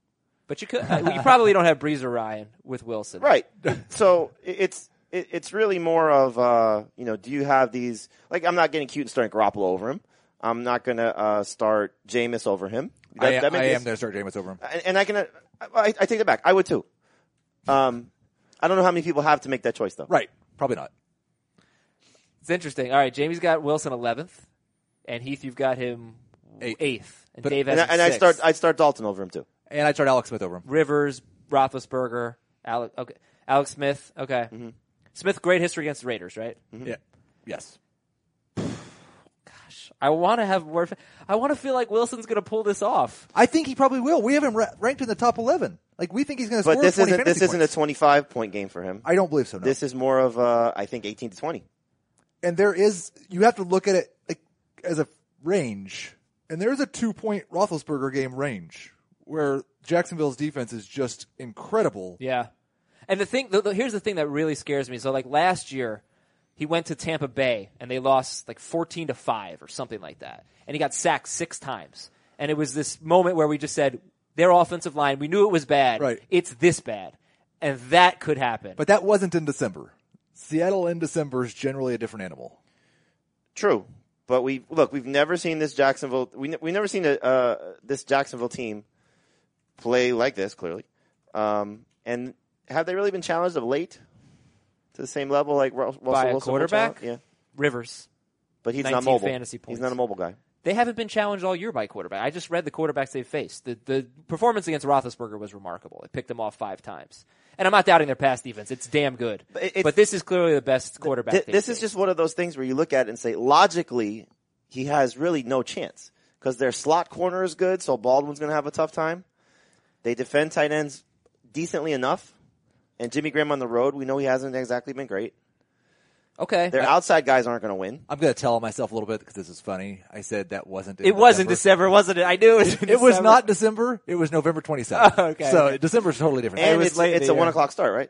S2: But you could. you probably don't have Breeze or Ryan with Wilson.
S4: right? so it, it's it, it's really more of uh, you know, do you have these? Like, I'm not getting cute and starting Garoppolo over him. I'm not going to uh, start Jameis over him.
S3: I,
S4: That- that
S3: I
S4: makes-
S3: am going to start Jameis over him.
S4: and, and I can. uh, I, I take that back. I would too. Um, I don't know how many people have to make that choice though.
S3: Right. Probably not.
S2: It's interesting. All right, Jamie's got Wilson 11th, and Heath, you've got him
S3: Eighth.
S2: 8th. And Dave has
S4: And, I,
S2: him
S4: and I
S2: sixth.
S4: start. uh, I start Dalton over him too.
S3: And I start Alex Smith over him.
S2: Rivers, Roethlisberger, Alex, okay. Alex Smith. Okay.
S4: Mm-hmm.
S2: Smith, great history against the Raiders, right?
S3: Yeah. Yes.
S2: I want to have more. fa- I want to feel like Wilson's going to pull this off.
S3: I think he probably will. We have him ra- ranked in the top 11. Like, we think he's going to score
S4: But this
S3: 20
S4: isn't. This
S3: fantasy
S4: isn't a
S3: points.
S4: 25 point game for him.
S3: I don't believe so, no.
S4: This is more of uh, I think 18 to 20.
S3: and there is you have to look at it like as a range, and there's a two point Roethlisberger game range where Jacksonville's defense is just incredible.
S2: Yeah. And the thing, the, the, here's the thing that really scares me. So, like last year, he went to Tampa Bay and they lost like 14 to 5 or something like that. And he got sacked six times. And it was this moment where we just said, their offensive line, we knew it was bad.
S3: Right.
S2: It's this bad. And that could happen.
S3: But that wasn't in December. Seattle in December is generally a different animal.
S4: True. But we look. We've never seen this Jacksonville. We ne- we never seen a, uh, this Jacksonville team play like this. Clearly, um, and have they really been challenged of late to the same level like Ru- Russell
S2: By a
S4: Wilson? will
S2: quarterback?
S4: challenge? Yeah,
S2: Rivers.
S4: but he's
S2: 19
S4: not mobile.
S2: fantasy
S4: He's
S2: points.
S4: not a mobile guy.
S2: They haven't been challenged all year by quarterback. I just read the quarterbacks they've faced. The, the performance against Roethlisberger was remarkable. It picked them off five times. And I'm not doubting their pass defense. It's damn good.
S4: But it- it's-
S2: but this is clearly the best quarterback.
S4: Th-
S2: they've
S4: this is
S2: faced.
S4: just one of those things where you look at it and say, logically, he has really no chance because their slot corner is good, so Baldwin's going to have a tough time. They defend tight ends decently enough, and Jimmy Graham on the road, we know he hasn't exactly been great.
S2: okay.
S4: Their outside guys aren't going to win.
S3: I'm going to tell myself a little bit because this is funny. I said that wasn't. In
S2: It was in December, wasn't it? I knew it was. In
S3: It was
S2: December.
S3: not December. It was November 27th.
S2: Oh, okay.
S3: So December is totally different.
S4: And
S2: was
S4: it's,
S2: late in
S4: it's
S2: the
S4: a one
S2: year.
S4: o'clock start, right?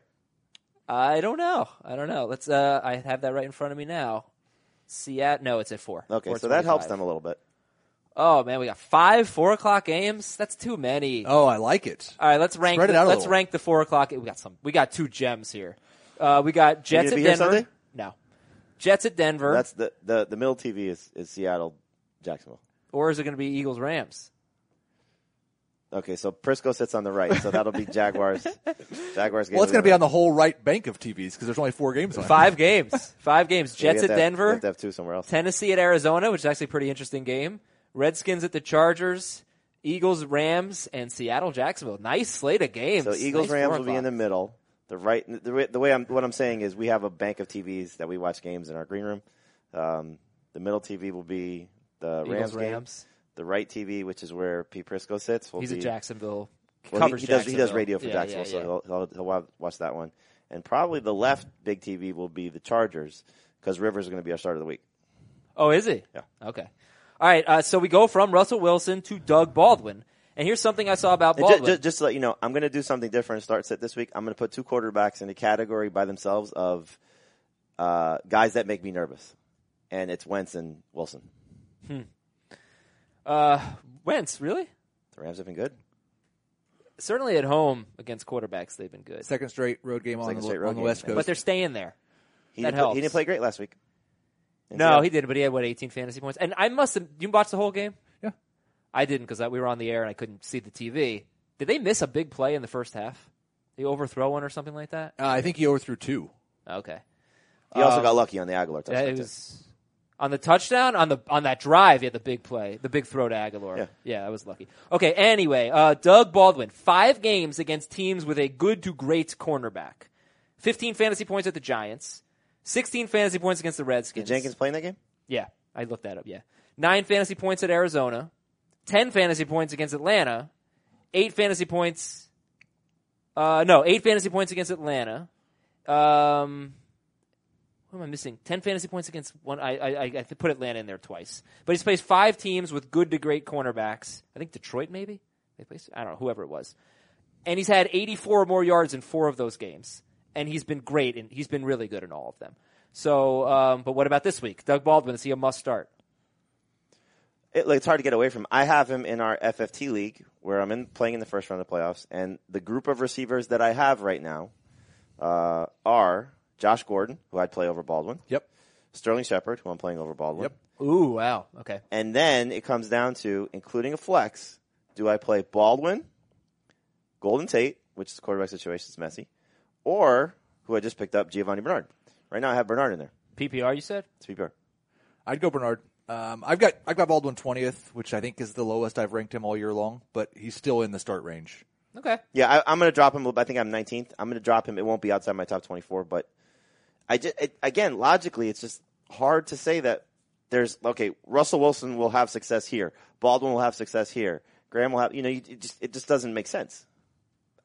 S2: I don't know. I don't know. Let's. Uh, I have that right in front of me now. Seattle. No, it's at four.
S4: Okay,
S2: Four
S4: so that helps
S2: 25.
S4: them a little bit.
S2: Oh man, we got five four o'clock games. That's too many.
S3: oh, I like it.
S2: All right, let's rank.
S3: Spread it
S2: the-
S3: out a
S2: let's
S3: little.
S2: rank the four o'clock. We got some. We got two gems here. Uh, we got Jets
S4: gonna
S2: at
S4: be here
S2: Denver.
S4: Sunday?
S2: No, Jets at Denver.
S4: That's the, the, the middle TV is, is Seattle, Jacksonville.
S2: or is it going to be Eagles Rams?
S4: Okay, so Prisco sits on the right, so that'll be Jaguars. Jaguars.
S3: Well, it's going to be on the whole right bank of TVs because there's only four games on.
S2: Five games. Five games. Jets at Denver.
S4: We have to have two somewhere else.
S2: Tennessee at Arizona, which is actually a pretty interesting game. Redskins at the Chargers, Eagles, Rams, and Seattle, Jacksonville. Nice slate of games.
S4: So Eagles
S2: Nice
S4: Rams
S2: four
S4: will be in the
S2: o'clocks.
S4: middle. The right the way, the way I'm what I'm saying is we have a bank of TVs that we watch games in our green room. Um, the middle TV will be the Rams,
S2: Eagles,
S4: game.
S2: Rams.
S4: The right TV, which is where Pete Prisco sits, will
S2: He's
S4: be
S2: a Jacksonville.
S4: well, he,
S2: covers
S4: he does he does
S2: Jacksonville.
S4: radio for
S2: Yeah,
S4: Jacksonville,
S2: yeah, yeah.
S4: so he'll, he'll, he'll wa- watch that one. And probably the left big TV will be the Chargers because Rivers is going to be our start of the week.
S2: Oh, is he?
S4: Yeah.
S2: Okay. All right. Uh, so we go from Russell Wilson to Doug Baldwin, and here's something I saw about
S4: And ju-
S2: Baldwin.
S4: ju- just, to let you know, I'm going to do something different. and Start set this week. I'm going to put two quarterbacks in a category by themselves of uh, guys that make me nervous, and it's Wentz and Wilson.
S2: uh, Wentz, really?
S4: The Rams have been good.
S2: Certainly at home against quarterbacks, they've been good,
S3: Second straight road game on
S4: Second
S3: the,
S4: straight road
S3: on the
S4: game.
S3: West Coast.
S2: but they're staying there.
S4: He,
S2: That
S4: didn't play,
S2: helps.
S4: he didn't play great last week. And
S2: No,
S4: so-
S2: he didn't. But he had what 18 fantasy points. And I must have. You watched the whole game?
S3: Yeah.
S2: I didn't because we were on the air and I couldn't see the TV. Did they miss a big play in the first half? They overthrow one or something like that.
S3: uh, I think he overthrew two.
S2: Okay,
S4: he also got lucky on the Aguilar touchdown.
S2: that it
S4: too.
S2: Um, was on the touchdown on the on that drive. He had the big play, the big throw to Aguilar.
S4: Yeah.
S2: I was lucky. Okay, anyway, uh, Doug Baldwin, five games against teams with a good to great cornerback, 15 fantasy points at the Giants, 16 fantasy points against the Redskins.
S4: Jenkins playing that game.
S2: Yeah, I looked that up. Yeah, nine fantasy points at Arizona, ten fantasy points against Atlanta, eight fantasy points. Uh, no, eight fantasy points against Atlanta. Um, what am I missing? Ten fantasy points against one. I I, I, I put Atlanta in there twice, but he's plays five teams with good to great cornerbacks. I think Detroit maybe they placed. I don't know whoever it was, and he's had 84 or more yards in four of those games, and he's been great and he's been really good in all of them. So, um, but what about this week? Doug Baldwin is he a must start?
S4: it, like, it's hard to get away from. I have him in our FFT league where I'm in playing in the first round of playoffs, and the group of receivers that I have right now uh, are Josh Gordon, who I'd play over Baldwin,
S3: Yep.
S4: Sterling Shepard, who I'm playing over Baldwin,
S3: Yep.
S5: Ooh, wow. Okay.
S4: and then it comes down to including a flex. Do I play Baldwin, Golden Tate, which is the quarterback situation is messy, or who I just picked up, Giovanni Bernard? Right now, I have Bernard in there.
S2: PPR, you said?
S4: To be fair,
S3: I'd go Bernard. Um, I've got I've got Baldwin twentieth, which I think is the lowest I've ranked him all year long, but he's still in the start range.
S2: Okay.
S4: Yeah, I, I'm going to drop him. I think I'm 19th. I'm going to drop him. It won't be outside my top 24, but I just, it, again, logically, it's just hard to say that there's okay. Russell Wilson will have success here. Baldwin will have success here. Graham will have. You know, you, it just it just doesn't make sense.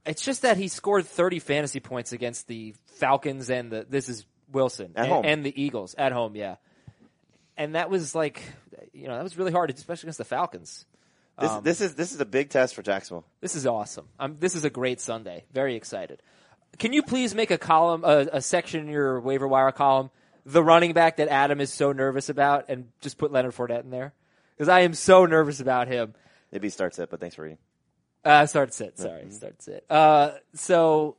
S2: It's just that he scored 30 fantasy points against the Falcons and the this is Wilson
S4: At
S2: and,
S4: home.
S2: and the Eagles at home, yeah. And that was like, you know, that was really hard, especially against the Falcons.
S4: This this is this is a big test for Jacksonville.
S2: This is awesome. I'm, this is a great Sunday. Very excited. Can you please make a column, a, a section in your waiver wire column, the running back that Adam is so nervous about, and just put Leonard Fournette in there? Because I am so nervous about him.
S4: Maybe he starts it, but thanks for reading.
S2: Uh, start sit. Sorry, start sit. Uh, so,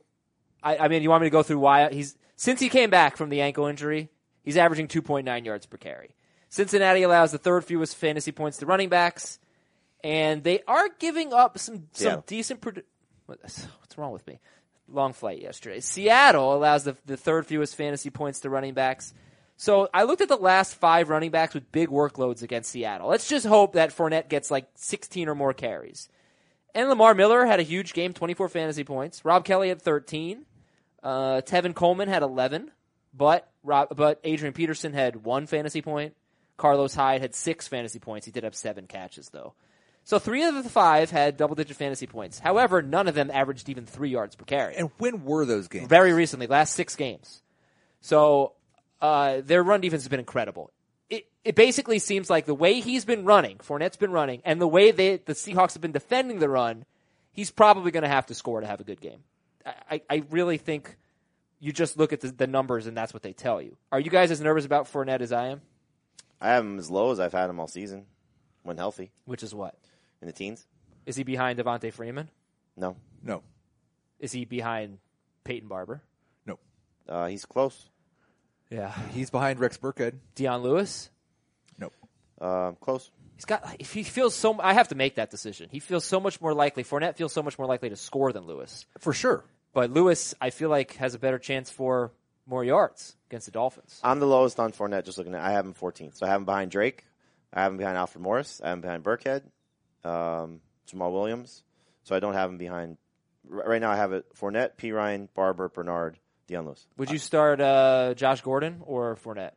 S2: I, I mean, you want me to go through why he's since he came back from the ankle injury, he's averaging 2.9 yards per carry. Cincinnati allows the third fewest fantasy points to running backs, and they are giving up some some
S4: Seattle.
S2: decent. Produ- what- what's wrong with me? Long flight yesterday. Seattle allows the, the third fewest fantasy points to running backs. So I looked at the last five running backs with big workloads against Seattle. Let's just hope that Fournette gets like 16 or more carries. And Lamar Miller had a huge game, 24 fantasy points. Rob Kelly had 13. Uh, Tevin Coleman had 11, but Rob, but Adrian Peterson had one fantasy point. Carlos Hyde had six fantasy points. He did have seven catches though. So three of the five had double-digit fantasy points. However, none of them averaged even three yards per carry
S3: And when were those games?
S2: very recently, last six games. So uh, their run defense has been incredible. It, it basically seems like the way he's been running, Fournette's been running, and the way they, the Seahawks have been defending the run, he's probably going to have to score to have a good game. I, I, I really think you just look at the, the numbers and that's what they tell you. Are you guys as nervous about Fournette as I am?
S4: I have him as low as I've had him all season, when healthy
S2: Which is what?
S4: in the teens.
S2: Is he behind Devontae Freeman?
S4: No,
S3: no,
S2: Is he behind Peyton Barber?
S3: no.
S4: uh, he's close,
S2: Yeah.
S3: He's behind Rex Burkhead.
S2: Deion Lewis?
S3: No,
S4: uh, close.
S2: He's got. If he feels so, I have to make that decision. He feels so much more likely. Fournette feels so much more likely to score than Lewis,
S3: for sure.
S2: but Lewis, I feel like, has a better chance for more yards against the Dolphins.
S4: I'm the lowest on Fournette. Just looking at, I have him 14th. So I have him behind Drake. I have him behind Alfred Morris. I have him behind Burkhead, um, Jamal Williams. So I don't have him behind. r- Right now, I have it Fournette, P. Ryan, Barber, Bernard, Deion Lewis,
S2: Would you start uh, Josh Gordon or Fournette?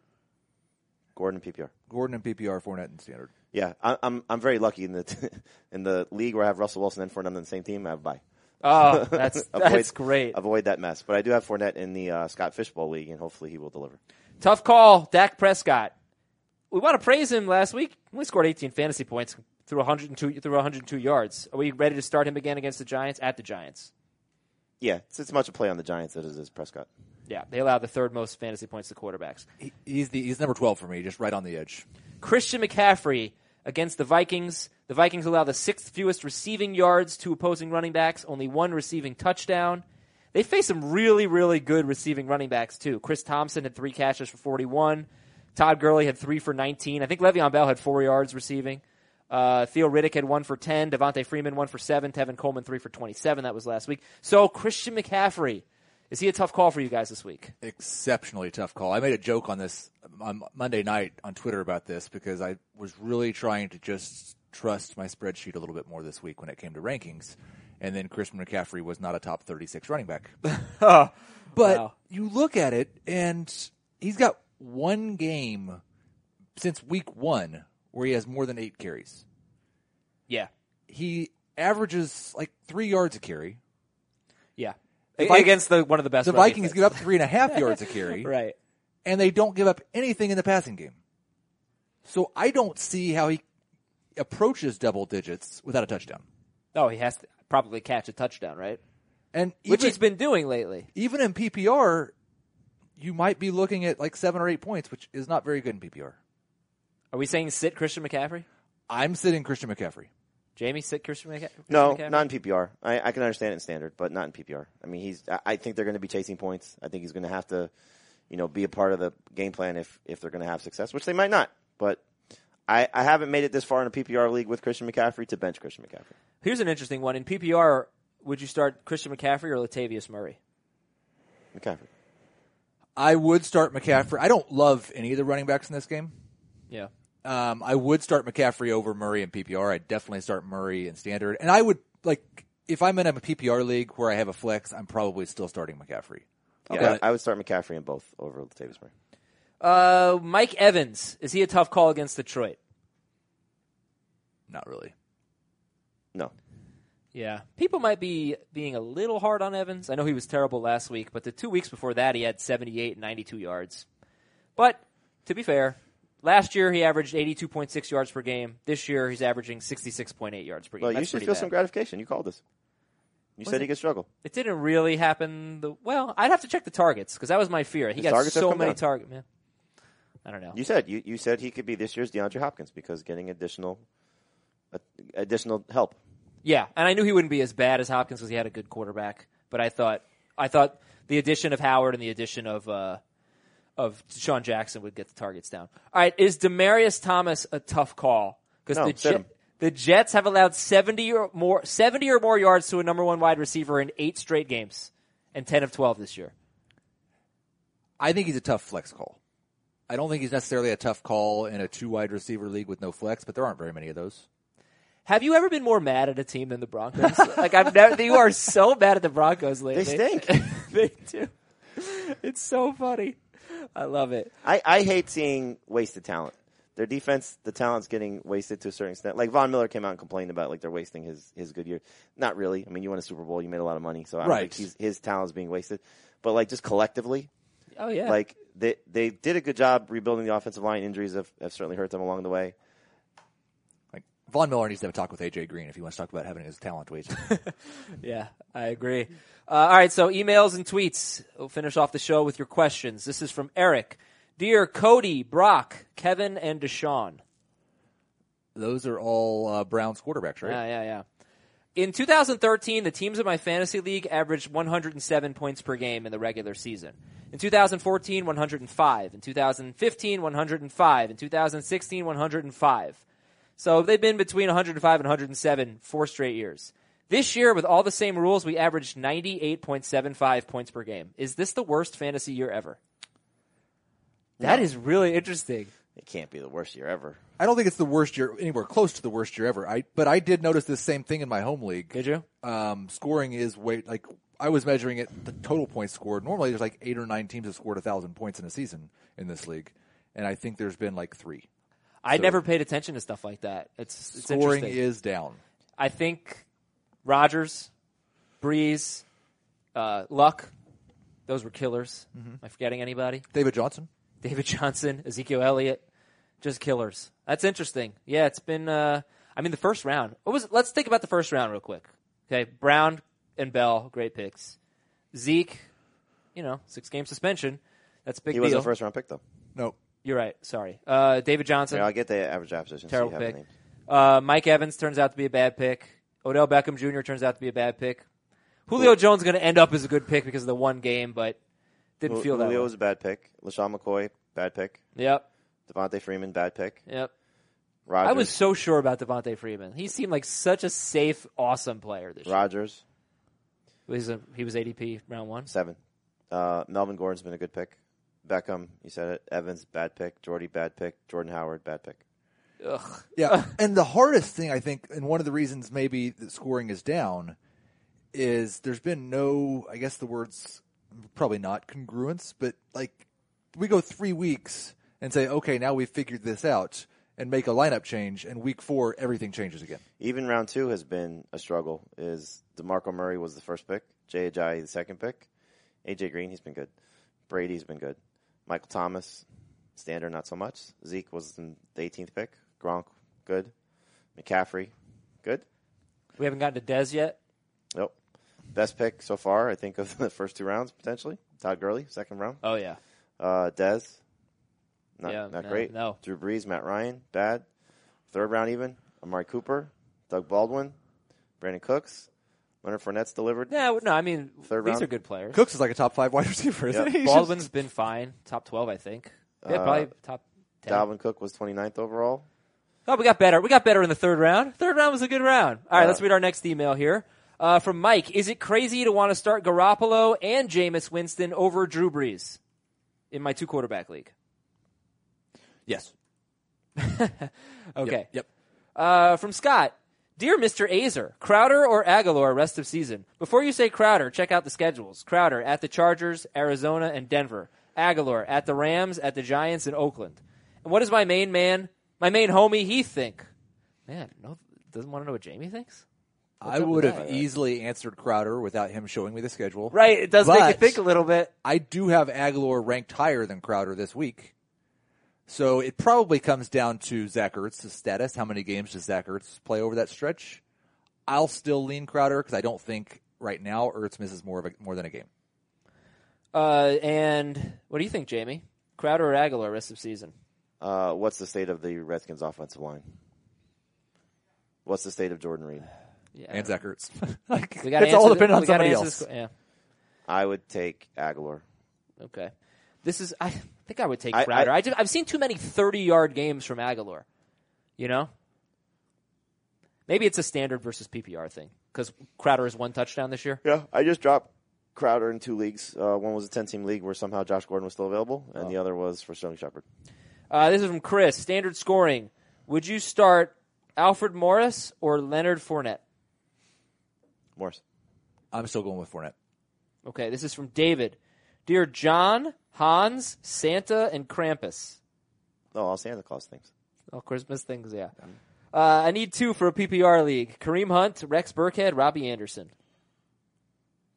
S4: Gordon, PPR.
S3: Gordon and PPR, Fournette and standard.
S4: Yeah, I, I'm I'm very lucky in the in the league where I have Russell Wilson and Fournette on the same team. I have a bye.
S2: Oh, that's
S4: Avoid-
S2: that's great.
S4: Avoid that mess. But I do have Fournette in the uh, Scott Fishbowl league, and hopefully he will deliver.
S2: Tough call, Dak Prescott. We want to praise him last week. He only scored 18 fantasy points through 102 through 102 yards. Are we ready to start him again against the Giants at the Giants?
S4: Yeah, it's as much a play on the Giants as it is Prescott.
S2: Yeah, they allow the third most fantasy points to quarterbacks.
S3: He, he's the he's number twelve for me, just right on the edge.
S2: Christian McCaffrey against the Vikings. The Vikings allow the sixth fewest receiving yards to opposing running backs, only one receiving touchdown. They face some really, really good receiving running backs too. Chris Thompson had three catches for 41. Todd Gurley had three for 19. I think Le'Veon Bell had four yards receiving. Uh, Theo Riddick had one for 10. Devontae Freeman one for seven. Tevin Coleman three for 27. That was last week. So Christian McCaffrey, is he a tough call for you guys this week?
S3: exceptionally tough call. I made a joke on this on Monday night on Twitter about this because I was really trying to just trust my spreadsheet a little bit more this week when it came to rankings. And then Christian McCaffrey was not a top 36 running back. but
S2: Wow.
S3: you look at it and he's got one game since week one where he has more than eight carries.
S2: Yeah.
S3: He averages like three yards a carry.
S2: Yeah.
S3: Vi-
S2: against the, one of the best
S3: The
S2: run
S3: Vikings
S2: defenses.
S3: give up three and a half yards a carry.
S2: Right.
S3: and they don't give up anything in the passing game. So I don't see how he approaches double digits without a touchdown.
S2: Oh, he has to probably catch a touchdown, right?
S3: And
S2: Which
S3: even,
S2: he's been doing lately.
S3: even in PPR, you might be looking at like seven or eight points, which is not very good in PPR.
S2: Are we saying sit Christian McCaffrey?
S3: I'm sitting Christian McCaffrey.
S2: Jamie sit Christian McCa- Christian
S4: No,
S2: McCaffrey?
S4: not in PPR. I, I can understand it in standard, but not in PPR. I mean, he's. I, I think they're going to be chasing points. I think he's going to have to, you know, be a part of the game plan if if they're going to have success, which they might not. But I, I haven't made it this far in a PPR league with Christian McCaffrey to bench Christian McCaffrey.
S2: Here's an interesting one. In PPR, would you start Christian McCaffrey or Latavius Murray?
S4: McCaffrey.
S3: I would start McCaffrey. I don't love any of the running backs in this game.
S2: Yeah.
S3: Um, I would start McCaffrey over Murray in PPR. I'd definitely start Murray in standard. And I would, like, if I'm in a PPR league where I have a flex, I'm probably still starting McCaffrey.
S4: Yeah, I would start McCaffrey in both over Latavius Murray.
S2: Uh, Mike Evans is he a tough call against Detroit?
S3: Not really.
S4: No,
S2: Yeah. People might be being a little hard on Evans. I know he was terrible last week, but the two weeks before that, he had 78 and 92 yards. But to be fair, last year he averaged 82.6 yards per game. This year he's averaging 66.8 yards per game.
S4: well, you
S2: That's
S4: should
S2: pretty
S4: feel
S2: bad.
S4: some gratification. You called us. You said he could struggle.
S2: It didn't really happen. The well, I'd have to check the targets because that was my fear. He
S4: His
S2: got
S4: targets have
S2: so
S4: come
S2: many
S4: down.
S2: targets. Man, I don't know.
S4: You said you, you said he could be this year's DeAndre Hopkins because getting additional uh, additional help.
S2: Yeah, and I knew he wouldn't be as bad as Hopkins because he had a good quarterback. But I thought, I thought the addition of Howard and the addition of uh, of Sean Jackson would get the targets down. All right, is Demarius Thomas a tough call? Because
S4: No,
S2: the,
S4: sit him.
S2: the Jets have allowed seventy or more seventy or more yards to a number one wide receiver in eight straight games, and ten of twelve this year.
S3: I think he's a tough flex call. I don't think he's necessarily a tough call in a two wide receiver league with no flex, but there aren't very many of those.
S2: Have you ever been more mad at a team than the Broncos? like I've never. You are so mad at the Broncos lately.
S4: stink.
S2: they do. It's so funny. I love it.
S4: I, I hate seeing wasted talent. Their defense, the talent's getting wasted to a certain extent. Like Von Miller came out and complained about like they're wasting his his good year. Not really. I mean, you won a Super Bowl, you made a lot of money, so I don't
S3: Right.
S4: think he's, his talent's being wasted. But like just collectively,
S2: Oh yeah.
S4: like they they did a good job rebuilding the offensive line. Injuries have, have certainly hurt them along the way.
S3: Like Von Miller needs to have a talk with AJ Green if he wants to talk about having his talent wasted.
S2: Yeah, I agree. Uh, all right, so emails and tweets. We'll finish off the show with your questions. This is from Eric. Dear Cody, Brock, Kevin, and Deshaun.
S3: those are all uh, Browns quarterbacks, right?
S2: Yeah, yeah, yeah. In 2013, the teams in my fantasy league averaged 107 points per game in the regular season. In 2014, 105. In 2015, 105. In 2016, 105. So they've been between 105 and 107 four straight years. This year, with all the same rules, we averaged 98.75 points per game. Is this the worst fantasy year ever? That is really interesting.
S4: It can't be the worst year ever.
S3: I don't think it's the worst year, anywhere close to the worst year ever. I but I did notice this same thing in my home league.
S2: Did you?
S3: Um, scoring is way like I was measuring it the total points scored. Normally, there's like eight or nine teams that scored a thousand points in a season in this league, and I think there's been like three.
S2: I never paid attention to stuff like that. It's, it's
S3: Scoring
S2: interesting.
S3: is down.
S2: I think Rogers, Breeze, uh, Luck, those were killers. Am I forgetting anybody?
S3: David Johnson.
S2: David Johnson, Ezekiel Elliott, just killers. That's interesting. Yeah, it's been. Uh, I mean, the first round. What was? Let's think about the first round real quick. Okay, Brown and Bell, great picks. Zeke, you know, six game suspension. That's a big
S4: He
S2: deal.
S4: was a first round pick though.
S3: No,
S2: You're right. Sorry, uh, David Johnson.
S4: Yeah, I get the average draft position. so you
S2: Terrible
S4: have a
S2: pick.
S4: name.
S2: Uh, Mike Evans turns out to be a bad pick. Odell Beckham Jr. turns out to be a bad pick. Julio Jones is going to end up as a good pick because of the one game, but didn't
S4: Ju-
S2: feel that.
S4: Julio
S2: way.
S4: was a bad pick. LaShawn McCoy, bad pick.
S2: Yep,
S4: Devontae Freeman, bad pick.
S2: yep.
S4: Rodgers,
S2: I was so sure about Devontae Freeman. He seemed like such a safe, awesome player this year.
S4: Rodgers,
S2: He was, a, he was ADP round one.
S4: Seven. Uh, Melvin Gordon's been a good pick. Beckham, you said it. Evans, bad pick. Jordy, bad pick. Jordan Howard, bad pick.
S2: Ugh.
S3: Yeah. and the hardest thing, I think, and one of the reasons maybe that scoring is down is there's been no, I guess the word's probably not congruence, but like we go three weeks and say, okay, now we've figured this out and make a lineup change, and week four, everything changes again.
S4: Even round two has been a struggle. Is DeMarco Murray was the first pick. Jay Ajayi, the second pick. AJ Green, he's been good. Brady's been good. Michael Thomas, standard, not so much. Zeke was in the 18th pick. Gronk, good. McCaffrey, good.
S2: We haven't gotten to Dez yet.
S4: Nope. Best pick so far, I think, of the first two rounds potentially. Todd Gurley, second round.
S2: Oh, yeah.
S4: Uh, Dez, not,
S2: Yeah,
S4: not
S2: no,
S4: great.
S2: no.
S4: Drew Brees, Matt Ryan, bad. Third round even, Amari Cooper, Doug Baldwin, Brandon Cooks, Leonard Fournette's delivered.
S2: No, no, I mean
S4: Third
S2: these
S4: round?
S2: are good players.
S3: Cooks is like a top five wide receiver, isn't
S4: Yeah.
S3: he? He's
S2: Baldwin's been fine, top twelve, I think. Yeah,
S4: Uh,
S2: probably top ten.
S4: Dalvin Cook was 29th overall.
S2: Oh, we got better. We got better in the third round. Third round was a good round. All right,
S3: Uh,
S2: let's read our next email here uh, from Mike. Is it crazy to want to start Garoppolo and Jameis Winston over Drew Brees in my two quarterback league?
S3: just- yes.
S2: Okay.
S3: Yep. Yep.
S2: Uh, from Scott. Dear Mr. Azer, Crowder or Aguilar rest of season? Before you say Crowder, check out the schedules. Crowder at the Chargers, Arizona, and Denver. Aguilar at the Rams, at the Giants, and Oakland. And what does my main man, my main homie Heath think? Man, no, doesn't want to know what Jamie thinks?
S3: I would have easily answered Crowder without him showing me the schedule.
S2: Right, it does make you
S3: But-
S2: think a little bit.
S3: I do have Aguilar ranked higher than Crowder this week. So it probably comes down to Zach Ertz's status. How many games does Zach Ertz play over that stretch? I'll still lean Crowder because I don't think right now Ertz misses more of a, more than a game.
S2: Uh, and what do you think, Jamie? Crowder or Aguilar rest of season?
S4: Uh, what's the state of the Redskins offensive line? What's the state of Jordan Reed?
S2: Yeah,
S3: And Zach Ertz. like,
S2: we gotta
S3: it's all
S2: answer
S3: dependent
S2: the-
S3: on
S2: we gotta
S3: somebody
S2: answer
S3: else.
S2: this- yeah.
S4: I would take Aguilar.
S2: Okay. This is. I think I would take
S4: I-
S2: Crowder. I,
S4: I-
S2: have seen too many thirty-yard games from Aguilar. You know. Maybe it's a standard versus PPR thing because Crowder has one touchdown this year.
S4: Yeah, I just dropped Crowder in two leagues. Uh, one was a 10 team league where somehow Josh Gordon was still available, and the other was for Sterling Shepard.
S2: Uh, this is from Chris. Standard scoring. Would you start Alfred Morris or Leonard Fournette?
S4: Morris.
S3: I'm still going with Fournette.
S2: Okay. This is from David. Dear John, Hans, Santa, and Krampus.
S4: Oh, all Santa Claus things.
S2: Oh, Christmas things, yeah. Uh, I need two for a PPR league: Kareem Hunt, Rex Burkhead, Robbie Anderson.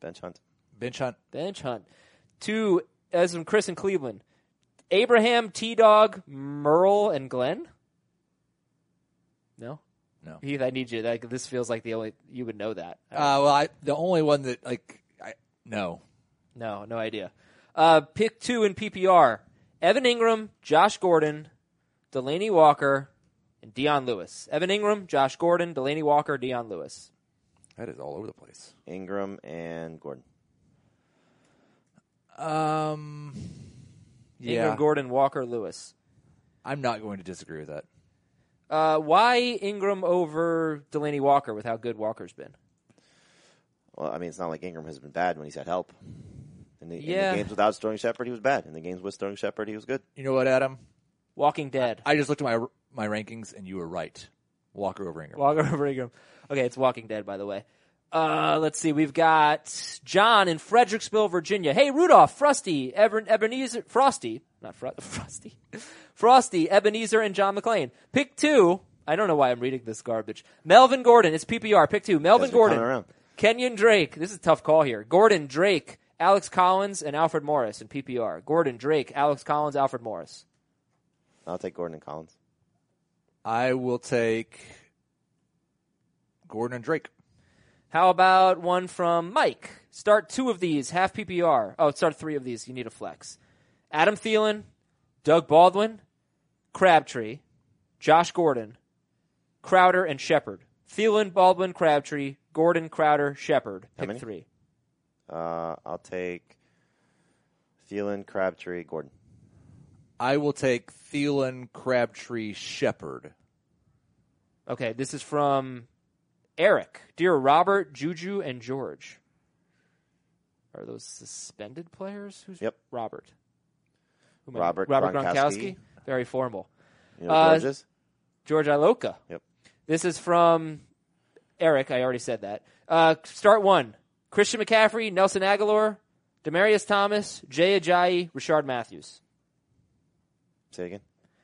S4: Bench Hunt.
S3: Bench Hunt.
S2: Bench Hunt. Two as from Chris in Cleveland. Abraham, T Dog, Merle, and Glenn. No,
S3: No.
S2: Heath, I need you. Like this feels like the only you would know that.
S3: Uh, well, I, the only one that like I no.
S2: No, no idea. Uh, pick two in PPR: Evan Ingram, Josh Gordon, Delaney Walker, and Dion Lewis. Evan Ingram, Josh Gordon, Delaney Walker, Dion Lewis.
S3: That is all over the place.
S4: Ingram and Gordon.
S3: Um, yeah,
S2: Ingram, Gordon, Walker, Lewis.
S3: I'm not going to disagree with that.
S2: Uh, why Ingram over Delaney Walker with how good Walker's been?
S4: Well, I mean, it's not like Ingram has been bad when he's had help. In the, in the
S2: Yeah.
S4: games without Sterling Shepard, he was bad. In the games with Sterling Shepard, he was good.
S3: You know what, Adam?
S2: Walking Dead.
S3: I just looked at my my rankings, and you were right. Walker over Ingram.
S2: Walker over Ingram. Okay, it's Walking Dead, by the way. Uh, let's see. We've got John in Fredericksville, Virginia. Hey, Rudolph, Frosty, Eber- Ebenezer, Frosty, not Fro- Frosty, Frosty, Ebenezer, and John McLean. Pick two. I don't know why I'm reading this garbage. Melvin Gordon. It's PPR. Pick two. Melvin
S4: Guys are coming
S2: Gordon.
S4: around.
S2: Kenyon Drake. This is a tough call here. Gordon Drake, Alex Collins, and Alfred Morris in PPR. Gordon Drake, Alex Collins, Alfred Morris.
S4: I'll take Gordon and Collins.
S3: I will take Gordon and Drake.
S2: How about one from Mike? Start two of these, half PPR. Oh, start three of these. You need a flex. Adam Thielen, Doug Baldwin, Crabtree, Josh Gordon, Crowder, and Shepard. Thielen, Baldwin, Crabtree, Gordon, Crowder, Shepard. Pick
S4: many?
S2: three.
S4: Uh, I'll take Thielen, Crabtree, Gordon.
S3: I will take Thielen, Crabtree, Shepard.
S2: Okay, this is from Eric. Dear Robert, Juju, and George. Are those suspended players? Who's
S4: Yep.
S2: Robert? Who am I-
S4: Robert
S2: Robert
S4: Gronkowski.
S2: Very formal.
S4: You know,
S2: Uh,
S4: George's?
S2: George Iloka.
S4: Yep.
S2: This is from Eric. I already said that. Uh, start one. Christian McCaffrey, Nelson Aguilar, Demarius Thomas, Jay Ajayi, Richard Matthews.
S4: Say it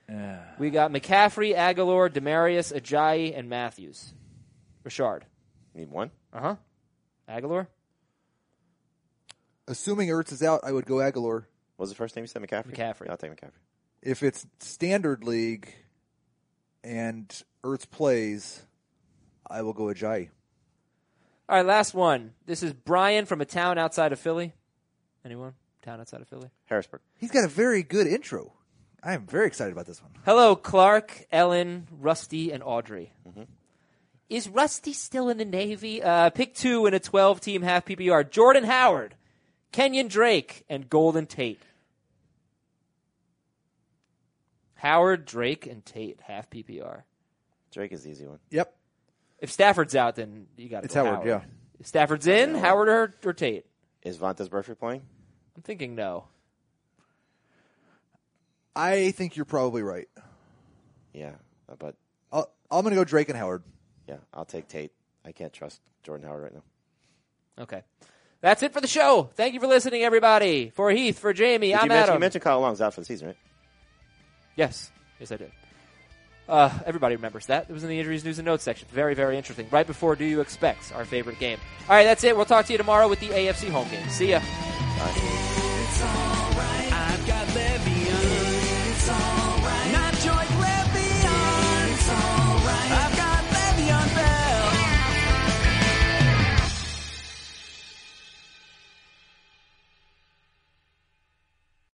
S4: again.
S2: We got McCaffrey, Aguilar, Demarius, Ajayi, and Matthews. Richard.
S4: Need one?
S2: Uh huh. Aguilar?
S3: Assuming Ertz is out, I would go Aguilar.
S4: What was the first name you said? McCaffrey?
S2: McCaffrey.
S4: Yeah, I'll take McCaffrey.
S3: If it's standard league and Ertz plays, I will go Ajayi.
S2: All right, last one. This is Brian from a town outside of Philly. Anyone? Town outside of Philly?
S4: Harrisburg.
S3: He's got a very good intro. I am very excited about this one.
S2: Hello, Clark, Ellen, Rusty, and Audrey.
S4: Mm-hmm.
S2: Is Rusty still in the Navy? Uh, pick two in a 12 team half PPR Jordan Howard, Kenyon Drake, and Golden Tate. Howard, Drake, and Tate half PPR.
S4: Drake is the easy one.
S3: Yep.
S2: If Stafford's out, then you got to
S3: It's
S2: go
S3: Howard, yeah.
S2: If Stafford's in, Howard or, or Tate?
S4: Is Vontaze Burfict playing?
S2: I'm thinking no.
S3: I think you're probably right.
S4: Yeah, uh, but
S3: I'll, I'm going to go Drake and Howard.
S4: yeah, I'll take Tate. I can't trust Jordan Howard right now.
S2: Okay. That's it for the show. Thank you for listening, everybody. For Heath, for Jamie,
S4: Did
S2: I'm
S4: you, mention, you
S2: Adam.
S4: mentioned Kyle Long's out for the season, right?
S2: Yes, yes, I did. Uh, everybody remembers that. It was in the injuries, news, and notes section. Very, very interesting. Right before Do You Expect, our favorite game. All right, that's it. We'll talk to you tomorrow with the AFC home game. See ya.
S4: Bye.